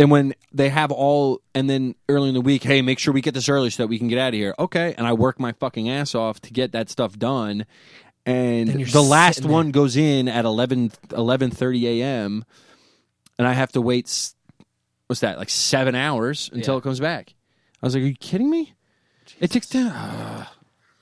And when they have all, and then early in the week, hey, make sure we get this early so that we can get out of here. Okay. And I work my fucking ass off to get that stuff done. And you're the last sitting there. one goes in at 11, 11.30 a.m. And I have to wait, s- what's that, like seven hours until Yeah. it comes back. I was like, are you kidding me? It takes (sighs) time.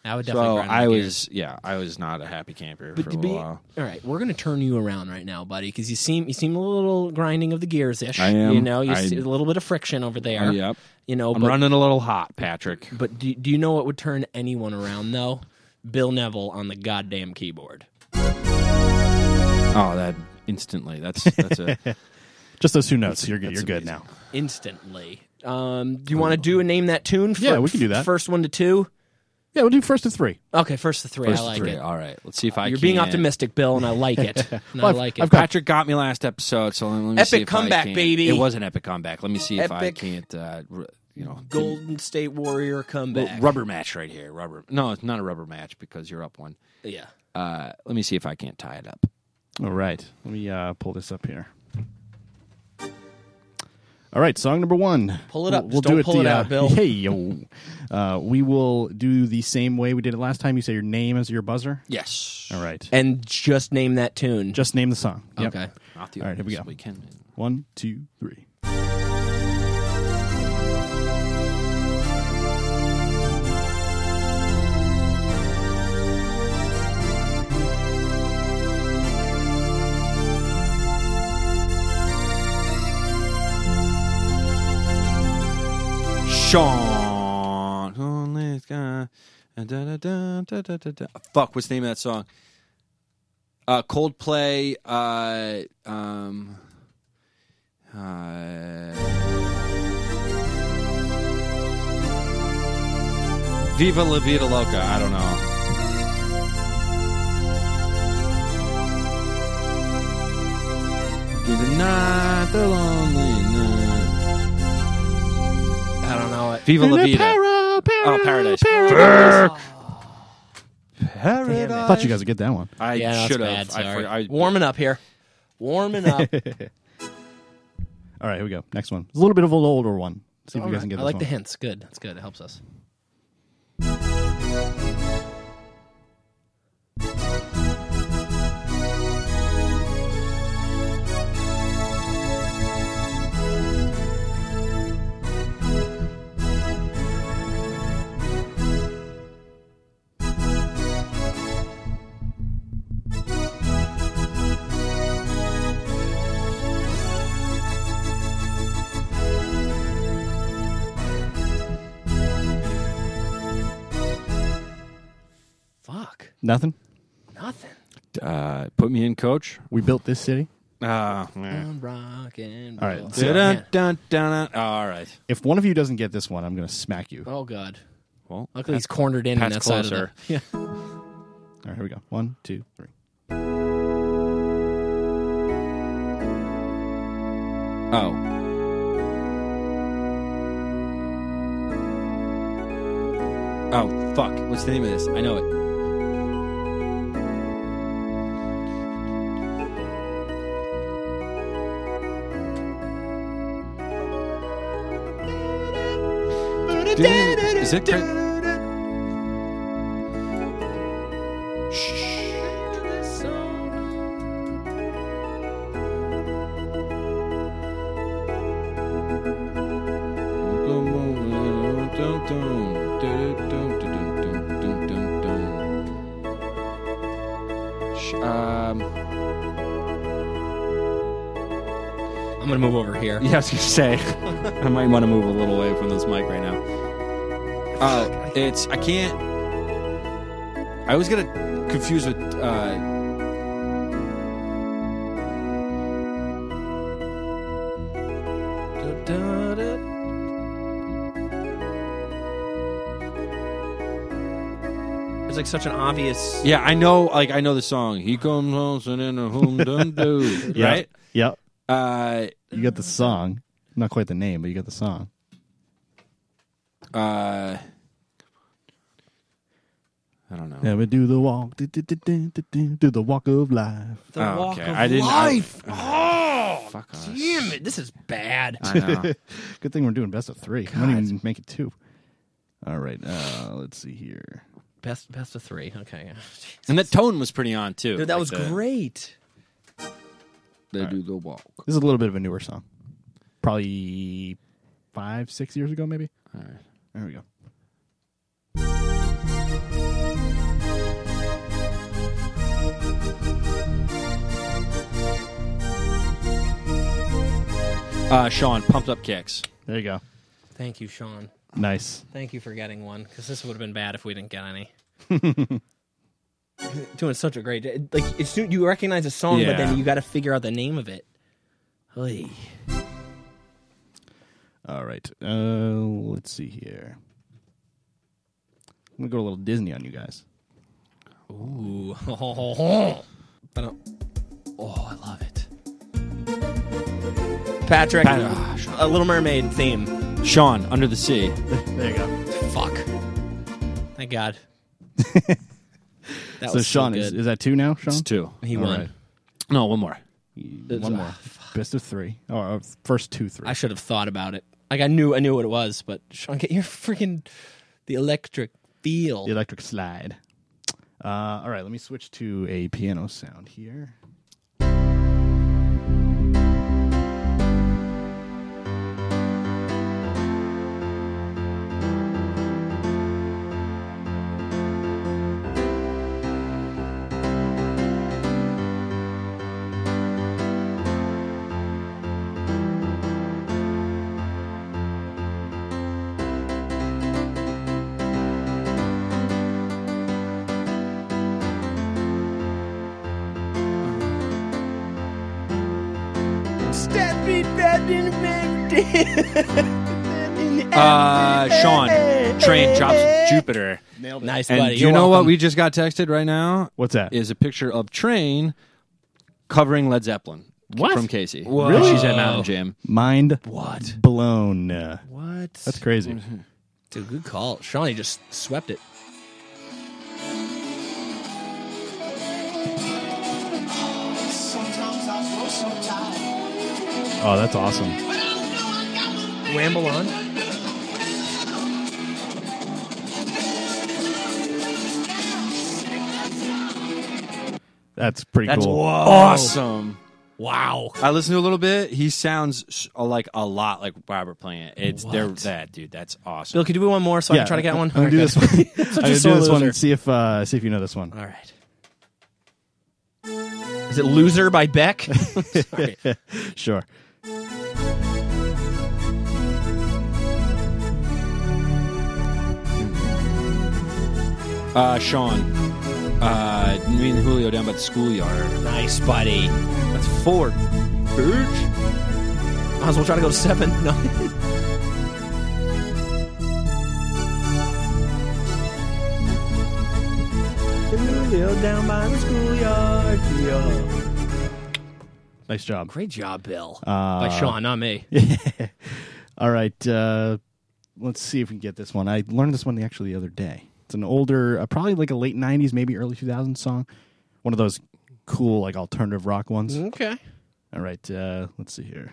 I would definitely. So grind my I gears. was, yeah, I was not a happy camper for to a little be- while. All right, we're gonna turn you around right now, buddy, because you seem you seem a little grinding of the gears ish. I am. You know, you I- see a little bit of friction over there. Oh, yep. You know, I'm but running a little hot, Patrick. but do, do you know what would turn anyone around though? Bill Neville on the goddamn keyboard. Oh, that instantly. That's (laughs) that's a Just those two notes. You're good. You're that's good amazing. now. instantly. Um, do you want to do a name that tune? Yeah, Fir- we can do that. First one to two. Yeah, we'll do first to three. Okay, first to three. First I like three. it. All right, let's see if I. You're being can. optimistic, Bill, and I like it. And I I've- like it. I've got- Patrick got me last episode, so let me see Epic if I comeback, can. baby. It was an epic comeback. Let me see if I Epic. can't. Uh, r- you know, Golden State Warrior well, comeback. rubber match right here. Rubber. No, it's not a rubber match because you're up one. Yeah. Uh, let me see if I can't tie it up. All right. Let me uh, pull this up here. All right, song number one. Pull it up. We'll, Just do don't it pull the, it out, uh, Bill. (laughs) Hey yo, uh, we will do the same way we did it last time. You say your name as your buzzer. Yes. All right. And just name that tune. Just name the song. Yep. okay. Not the All right, here we oldest go. can. One, two, three. Sean. Only guy. Da, da, da, da, da, da, da. Fuck, what's the name of that song? Uh, Coldplay. Uh, um, uh, Viva la Vida Loca. I don't know. Through the night, the lonely night. I don't know it. Viva la Vida. Para, para, Oh, Paradise. I Paradise. thought you guys would get that one. I Yeah, that's should bad. have. I, Sorry. for- (laughs) I, Warming up here. Warming up. All right, here we go. Next one. It's a little bit of an older one. See if you guys can get I this like one. the hints. Good. That's good. It helps us. Fuck. Nothing. Nothing. uh, put me in, coach. We built this city. Uh, I'm rocking. All right, Bill. so- Yeah. all right. If one of you doesn't get this one, I'm going to (laughs) smack you. All Oh, God. Well, Luckily, he's cornered in on Pat's that side of closer. the- Yeah. right, here we go. One, two, three. oh, oh, fuck! What's the name of this? I know it. Is it? Chris- Um, I'm going to move over here. yeah, I was gonna say, I might want to move a little away from this mic right now. Uh, it's I can't. I always get it confused with. Uh, It's like such an obvious. yeah, I know. Like I know the song. He comes home and a home done do. Yeah. Right. Yep. Uh, You got the song. Not quite the name, but you got the song. uh, I don't know. And we do the walk, do, do, do, do, do, do, do the walk of life. The Oh, walk okay. of I didn't- I- (sighs) life. oh, Fuck us. damn it! This is bad. I know. (laughs) Good thing we're doing best of three. I don't even make it two. All right, uh, let's see here. (laughs) Best, best of three. Okay, yeah. and that tone was pretty on too. dude, that Like was the- great. They do the walk. This is a little bit of a newer song, probably five, six years ago, maybe. All right. There we go. Uh, Sean, pumped up kicks. There you go. Thank you, Sean. Nice. Thank you for getting one because this would have been bad if we didn't get any. Doing such a great like it's soon you recognize a song, but Yeah. then you got to figure out the name of it. Oy. All right. Uh, let's see here. I'm gonna go a little Disney on you guys. Ooh. I don't- oh, I love it. Patrick, a Little Mermaid theme. Sean, under the sea. (laughs) There you go. Fuck. Thank God. that So Sean is, good. is that two now? Sean, It's two. he all won. right. No, one more. one more. Best of three. Oh, uh, first two, three. I should have thought about it. Like I knew I knew what it was, but Sean, get your freaking the electric feel. the electric slide. Uh, all right. Let me switch to a piano sound here. Uh, Sean, train drops Jupiter. Nailed it. nice, And buddy. do you You're know what welcome. we just got texted right now? What's that? Is a picture of train covering Led Zeppelin. What? from Casey? Whoa. Really? She's at Mountain Jam. Mind What? blown. Uh, What? That's crazy. Mm-hmm. Dude, good call. Sean, he just swept it. Oh, that's awesome. Wamble on. That's pretty That's cool. awesome. Wow. I listened to a little bit. He sounds s- like a lot like Robert playing it. It's they're What? that dude. That's awesome. Bill, could you do one more so I can try to get one? I'm gonna do (laughs) this one. I'm gonna do sore this one loser. and see if uh, see if you know this one. All right. Is it Loser by Beck? Sorry. Sure. (laughs) Uh, Sean, uh, me and Julio down by the schoolyard. Nice, buddy. That's four. Bitch. Might as well try to go seven. (laughs) No. down by the schoolyard. Nice (laughs) job. Great job, Bill. Uh, by Sean, not me. All right. Uh, let's see if we can get this one. I learned this one actually the other day. It's an older, uh, probably like a late '90s, maybe early 2000s song. One of those cool, like alternative rock ones. Okay. Mm-hmm. All right. Uh, let's see here.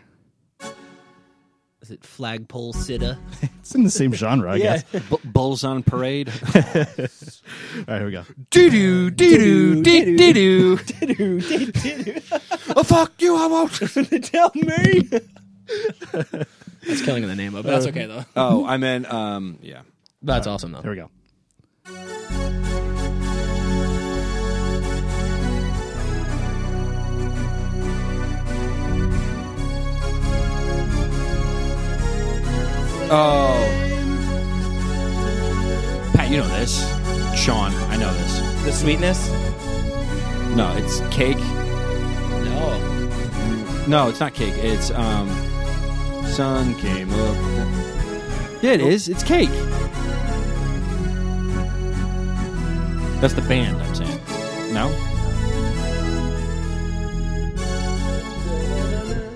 Is it flagpole sitter? It's in the same genre, (laughs) I guess. B- Bulls on parade. All right, here we go. doo doo doo doo doo doo doo. (laughs) Oh fuck you! I won't. (laughs) Tell me. That's killing in the name of, but that's okay though. Oh, I meant um, yeah. Uh, That's awesome though. Here we go. Oh, Pat, you know this. Sean, I know this. The sweetness? No, it's cake. No. No, it's not cake. It's um, sun came up. Yeah, it is. It's cake. That's the band. I'm saying. No.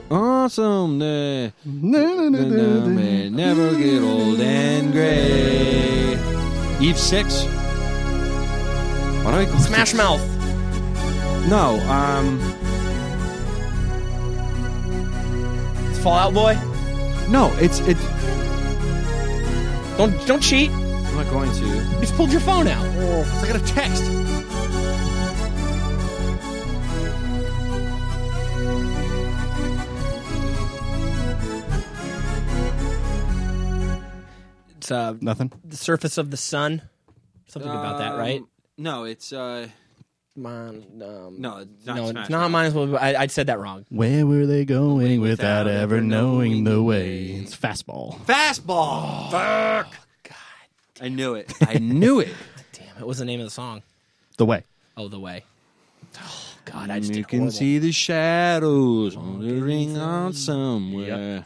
Awesome. eh, no, may never get old and gray. Eve six. Why do I call Smash Mouth. It? No. Um. It's Fallout Boy. No. It's it. Don't don't cheat. I'm not going to. You just pulled your phone out. Oh, I got a text. It's uh, Nothing. the surface of the sun. Something about that, right? Um, No. It's uh. Mon, um, No. It's not no, Smash it's not Mouth. mine. as well. I, I said that wrong. Where were they going Without without ever ever knowing knowing the the way? It's fastball. Fastball. Fuck. God. I knew it. I knew it. Damn, it was the name of the song. The way. Oh, the way. Oh (laughs) God, I just you did can horrible. Oh, see the shadows wandering on somewhere.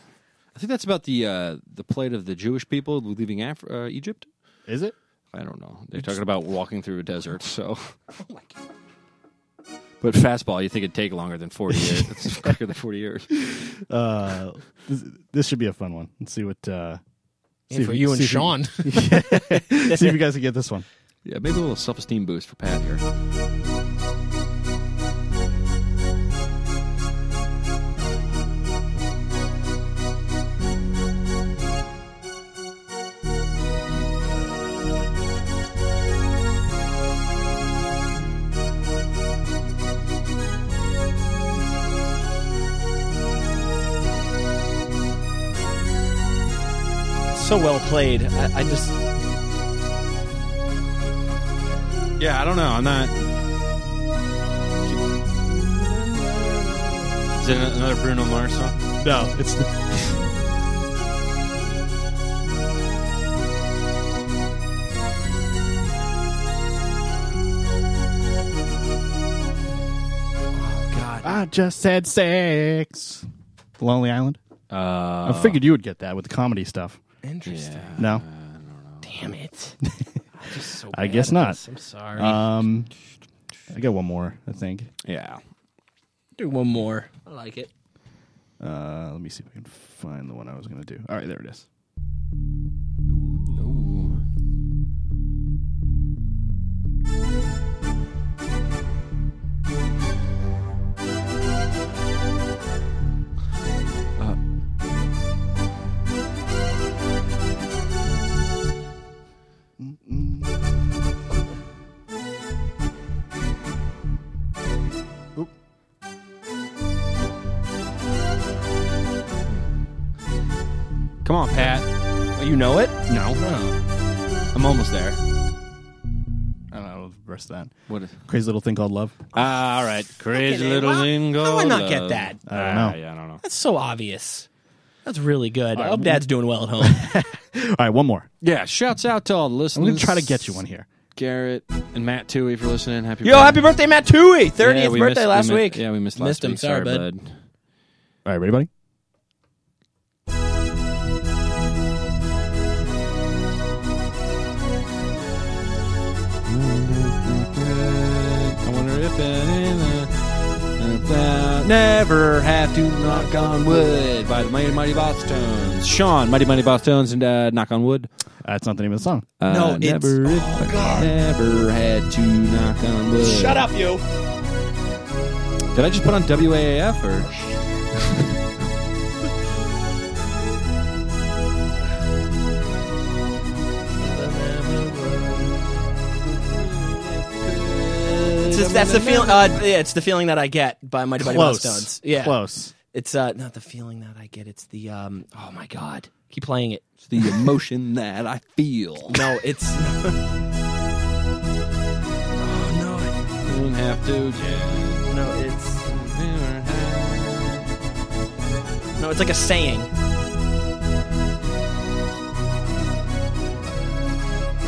I think that's about the uh, the plight of the Jewish people leaving Af- uh, Egypt. Is it? I don't know. They're talking about walking through a desert, so. But fastball, you think it'd take longer than forty years? It's quicker than forty years. Uh, this, this should be a fun one. Let's see what. Uh, And for you and see if Sean. see if you guys can get this one. Yeah, maybe a little self-esteem boost for Pat here. so well played. I, I just Yeah, I don't know. I'm not. Is it another Bruno Mars song? No, it's the, (laughs) God. I just had sex. Lonely Island. Uh, I figured you would get that with the comedy stuff. Interesting. No, Damn it. (laughs) I'm just so I bad guess at not. this. (laughs) I'm sorry. Um, I got one more. I think. yeah. Do one more. I like it. Uh, let me see if I can find the one I was going to do. All right, there it is. Come on, Pat. you know it? No. I'm almost there. I don't know the rest of that. What? Crazy little thing called love. Ah, all right. Crazy Fucking A. little Why- lingo. how would I not get love. that? I don't Ah, know. Yeah, I don't know. That's so obvious. That's really good. I hope right. Dad's doing well at home. All right, one more. Yeah, shouts out to all the I'm listeners. going to try to get you one here. Garrett and Matt too, if you're listening. (laughs) Happy Yo, happy birthday, Matt Tui! 30th Yeah, we birthday missed- we last mi- week. Yeah, we missed last Missed him. week. Sorry, bud. All right, ready, buddy? I wonder if anything about never have to knock on wood by the Mighty Mighty Bosstones. Sean, Mighty Mighty Bosstones, and uh, knock on wood. That's not the name of the song. Uh, No, it's- oh, never if I never had to knock on wood. Shut up, you. Did I just put on WAAF or? It's just- that's the feeling. Uh, yeah, it's the feeling that I get by Mighty Mighty Close. Stones. Yeah, Close. it's uh, not the feeling that I get. It's the um. Oh my God! Keep playing it. It's the emotion that I feel. No, it's. (laughs) oh Don't have to. yeah, no! No, it's never have- no. It's like a saying. but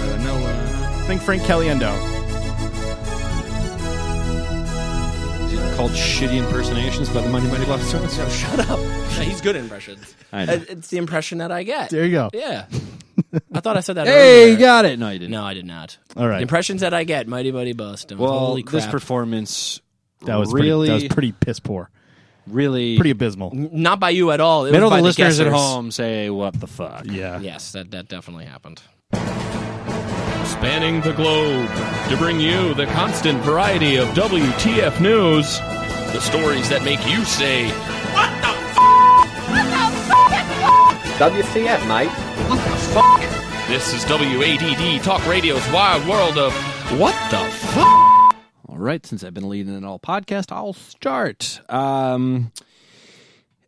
I know uh, I think Frank Caliendo. I- Is it called shitty impersonations by the Mighty Mighty Bosstones. No, shut up. No, (laughs) he's good at impressions. I know. Uh, It's the impression that I get. There you go. Yeah. I thought I said that. Hey, earlier. you got it. No, you didn't. No, I did not. All right. The impressions that I get, Mighty Mighty Boston. Well, Holy crap. this performance That was really, pretty, that was pretty piss poor. really Pretty abysmal. not by you at all. It Made all was by the listeners at guessers. home say, "What the fuck?" Yeah. Yes, that that definitely happened. spanning the globe to bring you the constant variety of WTF news, the stories that make you say, WTF, mate? This is WADD Talk Radio's wild world of what the fuck? All right, since I've been leading an all podcast, I'll start. Um,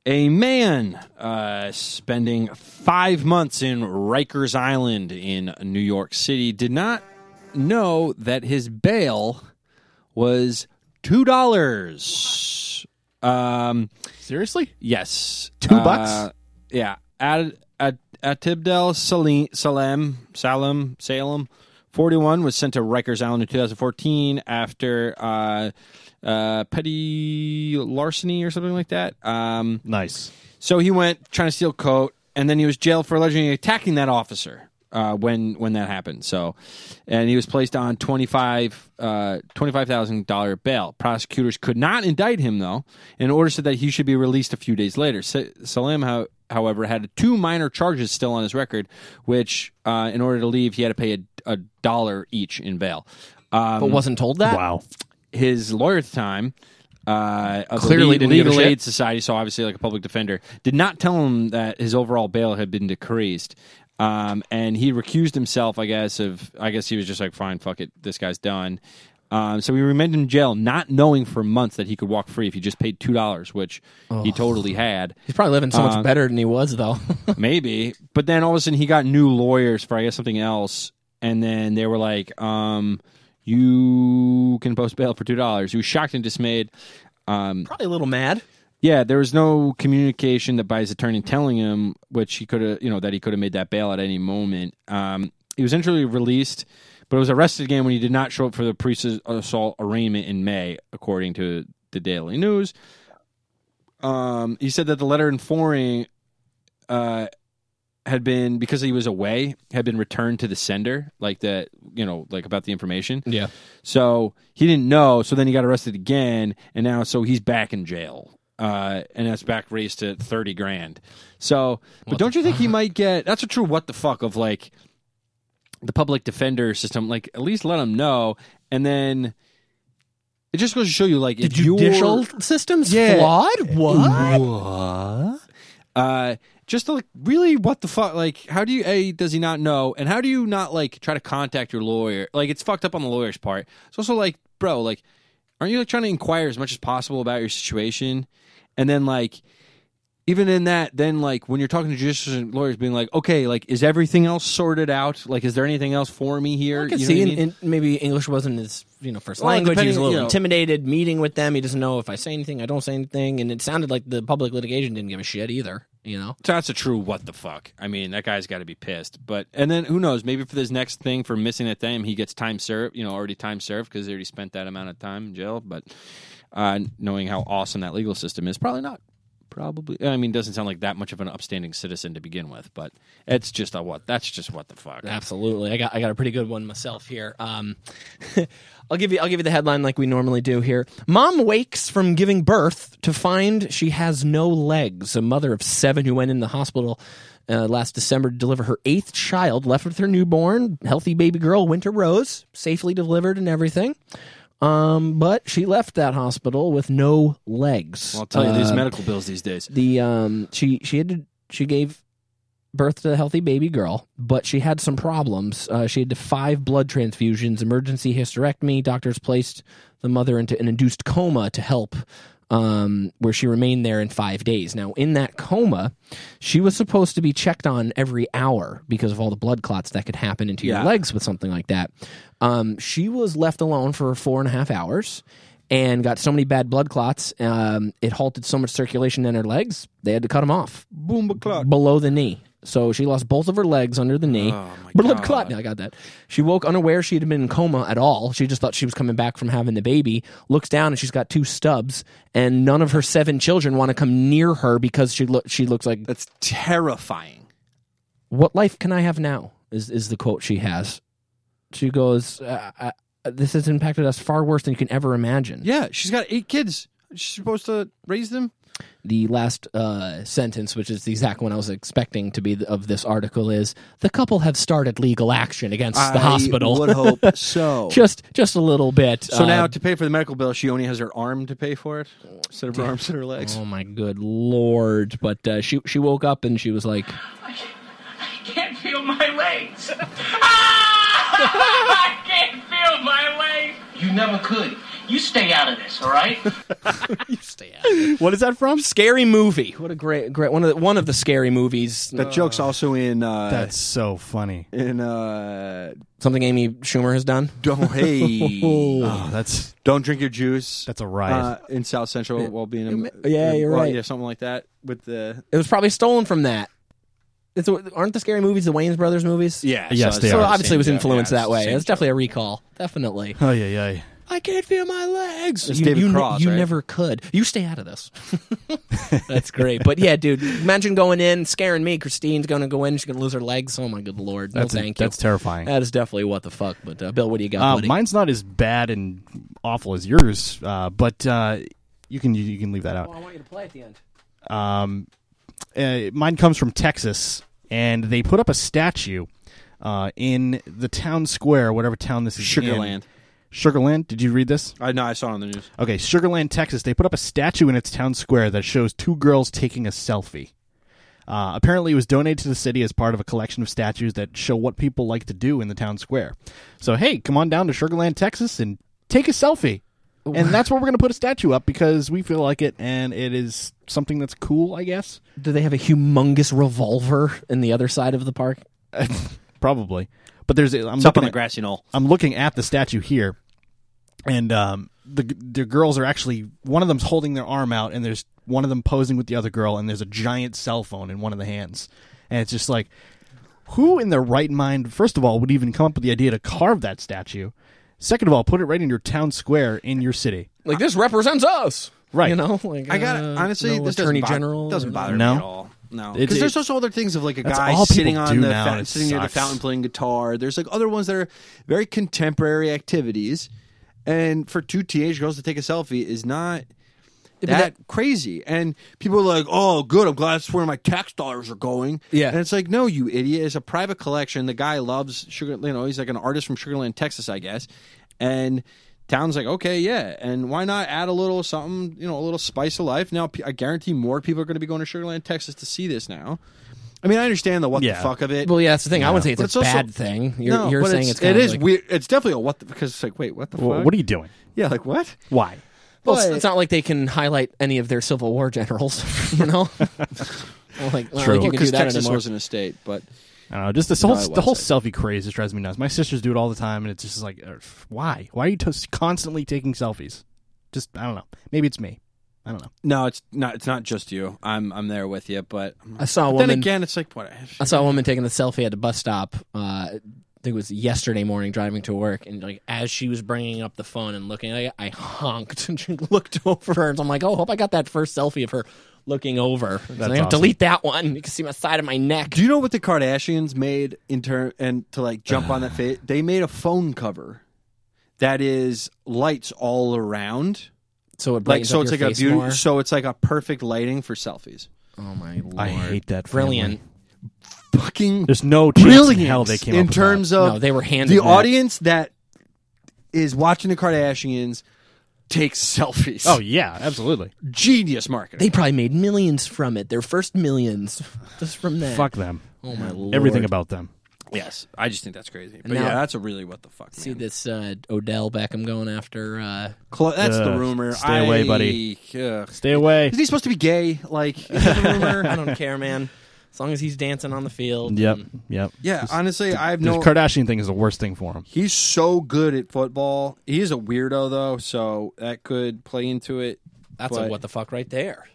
a man uh, spending five months in Rikers Island in New York City did not know that his bail was two dollars. Um, Seriously? yes, Two Uh, bucks? Yeah, at at Atibdel Salim Salem Salem Salem. 41 was sent to Rikers Island in 2014 after uh, uh, petty larceny or something like that. Um, Nice. so he went trying to steal coat, and then he was jailed for allegedly attacking that officer uh, when when that happened. So, and he was placed on twenty five uh, twenty five thousand dollar bail. Prosecutors could not indict him though, and order said that he should be released a few days later. Sa- Salim, how, however, had two minor charges still on his record, which uh, in order to leave, he had to pay a, a dollar each in bail. Um, But wasn't told that? Wow. his lawyer at the time, uh, of the Clearly Le- didn't give a legal shit. aid society, so obviously like a public defender, did not tell him that his overall bail had been decreased. Um, and he recused himself, I guess, of I guess he was just like, fine, fuck it, this guy's done. Um, so he remained in jail, not knowing for months that he could walk free if he just paid two dollars, which he totally had. (laughs) He's probably living so much better than he was, though. (laughs) Maybe. But then all of a sudden he got new lawyers for I guess something else. And then they were like, um, you can post bail for two dollars. He was shocked and dismayed. Um, probably a little mad. yeah, there was no communication that by his attorney telling him which he could have you know, that he could have made that bail at any moment. Um, he was eventually released, but was arrested again when he did not show up for the police assault arraignment in May, according to the Daily News. Um, he said that the letter informing uh, had been because he was away had been returned to the sender like that you know like about the information Yeah. so he didn't know so then he got arrested again and now so he's back in jail uh, and that's back raised to 30 grand so but don't (laughs) you think he might get that's a true what the fuck of like the public defender system like at least let him know and then it just goes to show you like The if you're- judicial system's Yeah. flawed? What? uh, just to, like really what the fuck like how do you a does he not know and how do you not like try to contact your lawyer like it's fucked up on the lawyer's part it's also like bro like aren't you like trying to inquire as much as possible about your situation and then like even in that then like when you're talking to judicial and lawyers being like okay like is everything else sorted out like is there anything else for me here I can You know see, what I and, mean? and maybe English wasn't his you know first Well, language. He was depending, a little you know- intimidated meeting with them. He doesn't know if I say anything, I don't say anything, and it sounded like the public litigation didn't give a shit either. You know, So that's a true what the fuck. I mean, that guy's got to be pissed. But and then who knows? Maybe for this next thing for missing that time, he gets time served. You know, already time served because he already spent that amount of time in jail. But uh, knowing how awesome that legal system is, probably not. Probably, I mean, doesn't sound like that much of an upstanding citizen to begin with. But it's just a what. That's just what the fuck. absolutely. I got I got a pretty good one myself here. Um, (laughs) I'll give you I'll give you the headline like we normally do here. Mom wakes from giving birth to find she has no legs. A mother of seven who went in the hospital. Uh, last December, to deliver her eighth child, left with her newborn, healthy baby girl, Winter Rose, safely delivered and everything. Um, but she left that hospital with no legs. Well, I'll tell you, these Uh, medical bills these days. the um she she had to, she gave birth to a healthy baby girl, but she had some problems. Uh, she had to five blood transfusions, emergency hysterectomy. Doctors placed the mother into an induced coma to help. Um, where she remained there in five days. Now, in that coma, she was supposed to be checked on every hour because of all the blood clots that could happen into your Yeah. legs with something like that. Um, she was left alone for four and a half hours and got so many bad blood clots. Um, it halted so much circulation in her legs, they had to cut them off Boom, a clock. below the knee. So she lost both of her legs under the knee. Blood clot. Yeah, I got that. She woke unaware she had been in coma at all. She just thought she was coming back from having the baby. Looks down and she's got two stubs, and none of her seven children want to come near her because she look she looks like That's terrifying. what life can I have now? Is is the quote she has? She goes, uh, uh, "This has impacted us far worse than you can ever imagine." Yeah, she's got eight kids. She's supposed to raise them. the last uh, sentence, which is the exact one I was expecting to be th- of this article, is the couple have started legal action against the hospital. would hope so. (laughs) just just a little bit. so uh, now to pay for the medical bill, she only has her arm to pay for it instead of her arms and her legs. Oh my good lord! But uh, she she woke up and she was like, I can't feel my legs. I can't feel my legs. You never could. You stay out of this, all right? What is that from? "Scary movie. What a great great one of the, one of the scary movies. That joke's also in uh, That's so funny. in uh, Something Amy Schumer has done. (laughs) don't hey, uh, Oh, that's don't drink your juice. That's a riot. uh, in South Central while being a, Yeah, you're well, right. yeah, something like that with the It was probably stolen from that. It's, aren't the scary movies the Wayne's Brothers movies? yeah, Yes, they So are. obviously it was influenced that way. It's It's definitely a recall. Definitely. oh yeah, yeah. I can't feel my legs. It's David you, Cross, you right? never could. You stay out of (laughs) this. That's great. But yeah, dude, imagine going in, scaring me. Christine's going to go in. She's going to lose her legs. Oh, my good Lord. That's no, thank you. that's terrifying. That is definitely what the fuck. But uh, Bill, what do you got, Uh, buddy? mine's not as bad and awful as yours, uh, but uh, you can you, you can leave that out. Oh, I want you to play at the end. Um, uh, mine comes from Texas, and they put up a statue uh, in the town square, whatever town this is. Sugarland. In. Sugarland. Did you read this? I know. I saw it on the news. Okay, Sugarland, Texas. They put up a statue in its town square that shows two girls taking a selfie. Uh, apparently, it was donated to the city as part of a collection of statues that show what people like to do in the town square. So, hey, come on down to Sugarland, Texas, and take a selfie. And that's where we're going to put a statue up because we feel like it, and it is something that's cool, I guess. Do they have a humongous revolver in the other side of the park? Probably, but there's I'm It's looking up on the at- grassy knoll. I'm looking at the statue here, and um, the the girls are actually one of them's holding their arm out, and there's one of them posing with the other girl, and there's a giant cell phone in one of the hands, and it's just like, who in their right mind, first of all, would even come up with the idea to carve that statue? Second of all, put it right in your town square in your city. Like, this represents us. Right. You know? Like, I got uh, honestly. no this attorney doesn't bother, general. doesn't bother No? me at all. No, It- because there's it- also other things of like a That's guy all people sitting on do the now, fountain, and it sitting near the sucks. fountain playing guitar. There's like other ones that are very contemporary activities, and for two teenage girls to take a selfie is not that, crazy. And people are like, "Oh, good, I'm glad that's where my tax dollars are going." Yeah. and it's like, no, you idiot! It's a private collection. The guy loves Sugar. You know, he's like an artist from Sugarland, Texas, I guess. And town's like, okay, yeah, and why not add a little something? You know, a little spice of life. Now, p- I guarantee more people are going to be going to Sugarland, Texas, to see this now. I mean, I understand the what Yeah. the fuck of it. Well, yeah, that's the thing. I wouldn't say it's But a also- bad thing. You're, No, you're but saying it's, it's, kind it of is like, weird. It's definitely a what the, because it's like, wait, what the Wh- fuck? What are you doing? Yeah, like what? Why? Well, But- it's, it's not like they can highlight any of their Civil War generals, (laughs) you know. Well, like, not True. like you can do Because that Texas anymore. wasn't a state, but I don't know. Just this whole it the whole wasn't. selfie craze just drives me nuts. My sisters do it all the time, and it's just like, uh, why? Why are you to- constantly taking selfies? Just I don't know. Maybe it's me. I don't know. No, it's not. It's not just you. I'm I'm there with you, but I saw a then woman. again, it's like what? I saw a woman taking a selfie at the bus stop. Uh, I think it was yesterday morning, driving to work, and like as she was bringing up the phone and looking, I, I honked (laughs) and she looked over her, and I'm like, "Oh, hope I got that first selfie of her looking over." And I have to awesome. delete that one. You can see my side of my neck. Do you know what the Kardashians made in turn and to like jump (sighs) on that face? They made a phone cover that is lights all around, so it like brightens so up it's your like a face beauty, more. so it's like a perfect lighting for selfies. Oh my lord! I hate that. family. Brilliant. Fucking There's no chance brilliant in hell they came in up with terms of No, they were handed the that. audience that is watching the Kardashians takes selfies. that. Oh yeah, absolutely. genius marketing. They probably made millions from it. Their first millions (laughs) just from that. Fuck them. Oh my lord! Everything about them. Yes, I just think that's crazy. But now- yeah, that's a really what the fuck. see man. this uh, Odell Beckham going after. (laughs) Uh, Clo- that's the Ugh, rumor. stay away, I- buddy. Ugh. Stay away. Is he supposed to be gay? Like is that the rumor? I don't care, man. As long as he's dancing on the field. Yep. and- Yep. yeah, honestly, I have The no. Kardashian thing is the worst thing for him. He's so good at football. He is a weirdo though, so that could play into it. that's a But- what the fuck right there.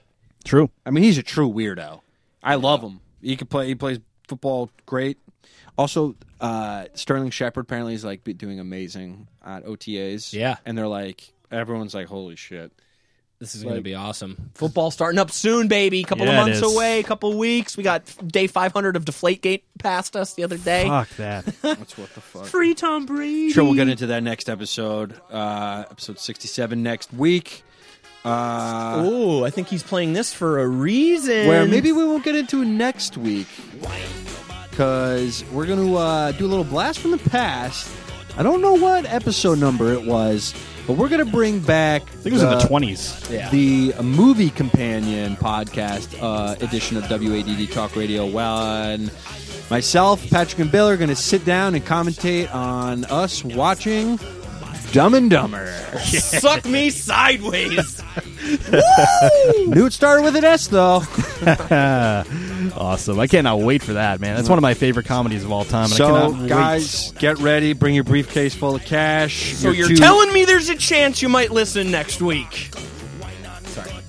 True. I mean, he's a true weirdo. I love him. He could play. He plays football great. Also, uh, Sterling Shepard apparently is like be- doing amazing at OTAs. Yeah. and they're like everyone's like, holy shit. This is going to be awesome. Football starting up soon, baby. Couple Yeah, of it months is. away. Couple weeks. We got day 500 of Deflategate past us the other day. Fuck that. (laughs) That's what the fuck. Free Tom Brady. Sure, we'll get into that next episode, uh, episode 67 next week. oh, I think he's playing this for a reason. where maybe we will get into next week because we're going to uh, do a little blast from the past. I don't know what episode number it was, but we're going to bring back. I think it was in the twenties. Yeah. The movie companion podcast uh, edition of WADD Talk Radio. When myself, Patrick, and Bill are going to sit down and commentate on us watching Dumb and Dumber. (laughs) suck me (laughs) sideways. Knew it started with an S though. Awesome! I cannot wait for that, man. That's one of my favorite comedies of all time. And I So, cannot wait. guys, get ready. Bring your briefcase full of cash. so Oh, you're two- telling me there's a chance you might listen next week.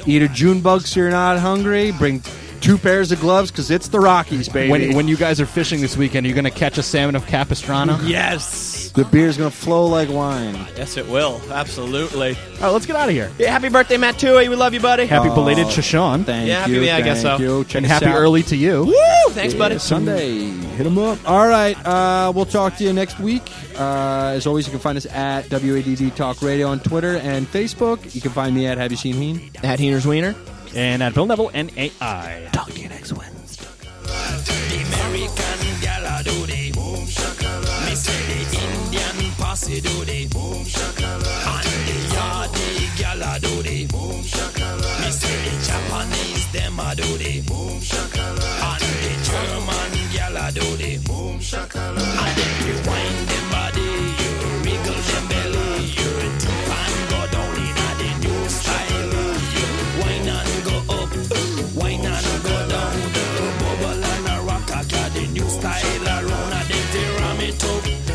Eat a June bug so you're not hungry. Bring two pairs of gloves because it's the Rockies, baby. when, when you guys are fishing this weekend, are you going to catch a salmon of Capistrano? Yes. the beer's going to flow like wine. Yes, it will. Absolutely. All right, let's get out of here. Hey, happy birthday, Matt Tui. We love you, buddy. Happy belated Shoshone. Oh, Thank Yeah, you. yeah, I guess thank so. you. Check and us happy out. early to you. Woo! Thanks, buddy. Yeah, Sunday. Hit them up. All right. Uh, we'll talk to you next week. Uh, as always, you can find us at WADD Talk Radio on Twitter and Facebook. You can find me at Have You Seen Heen? At Heener's Wiener. And at Bill Neville NAI. Talk to you next Wednesday. German gal I do the boom shakalaka. And if you want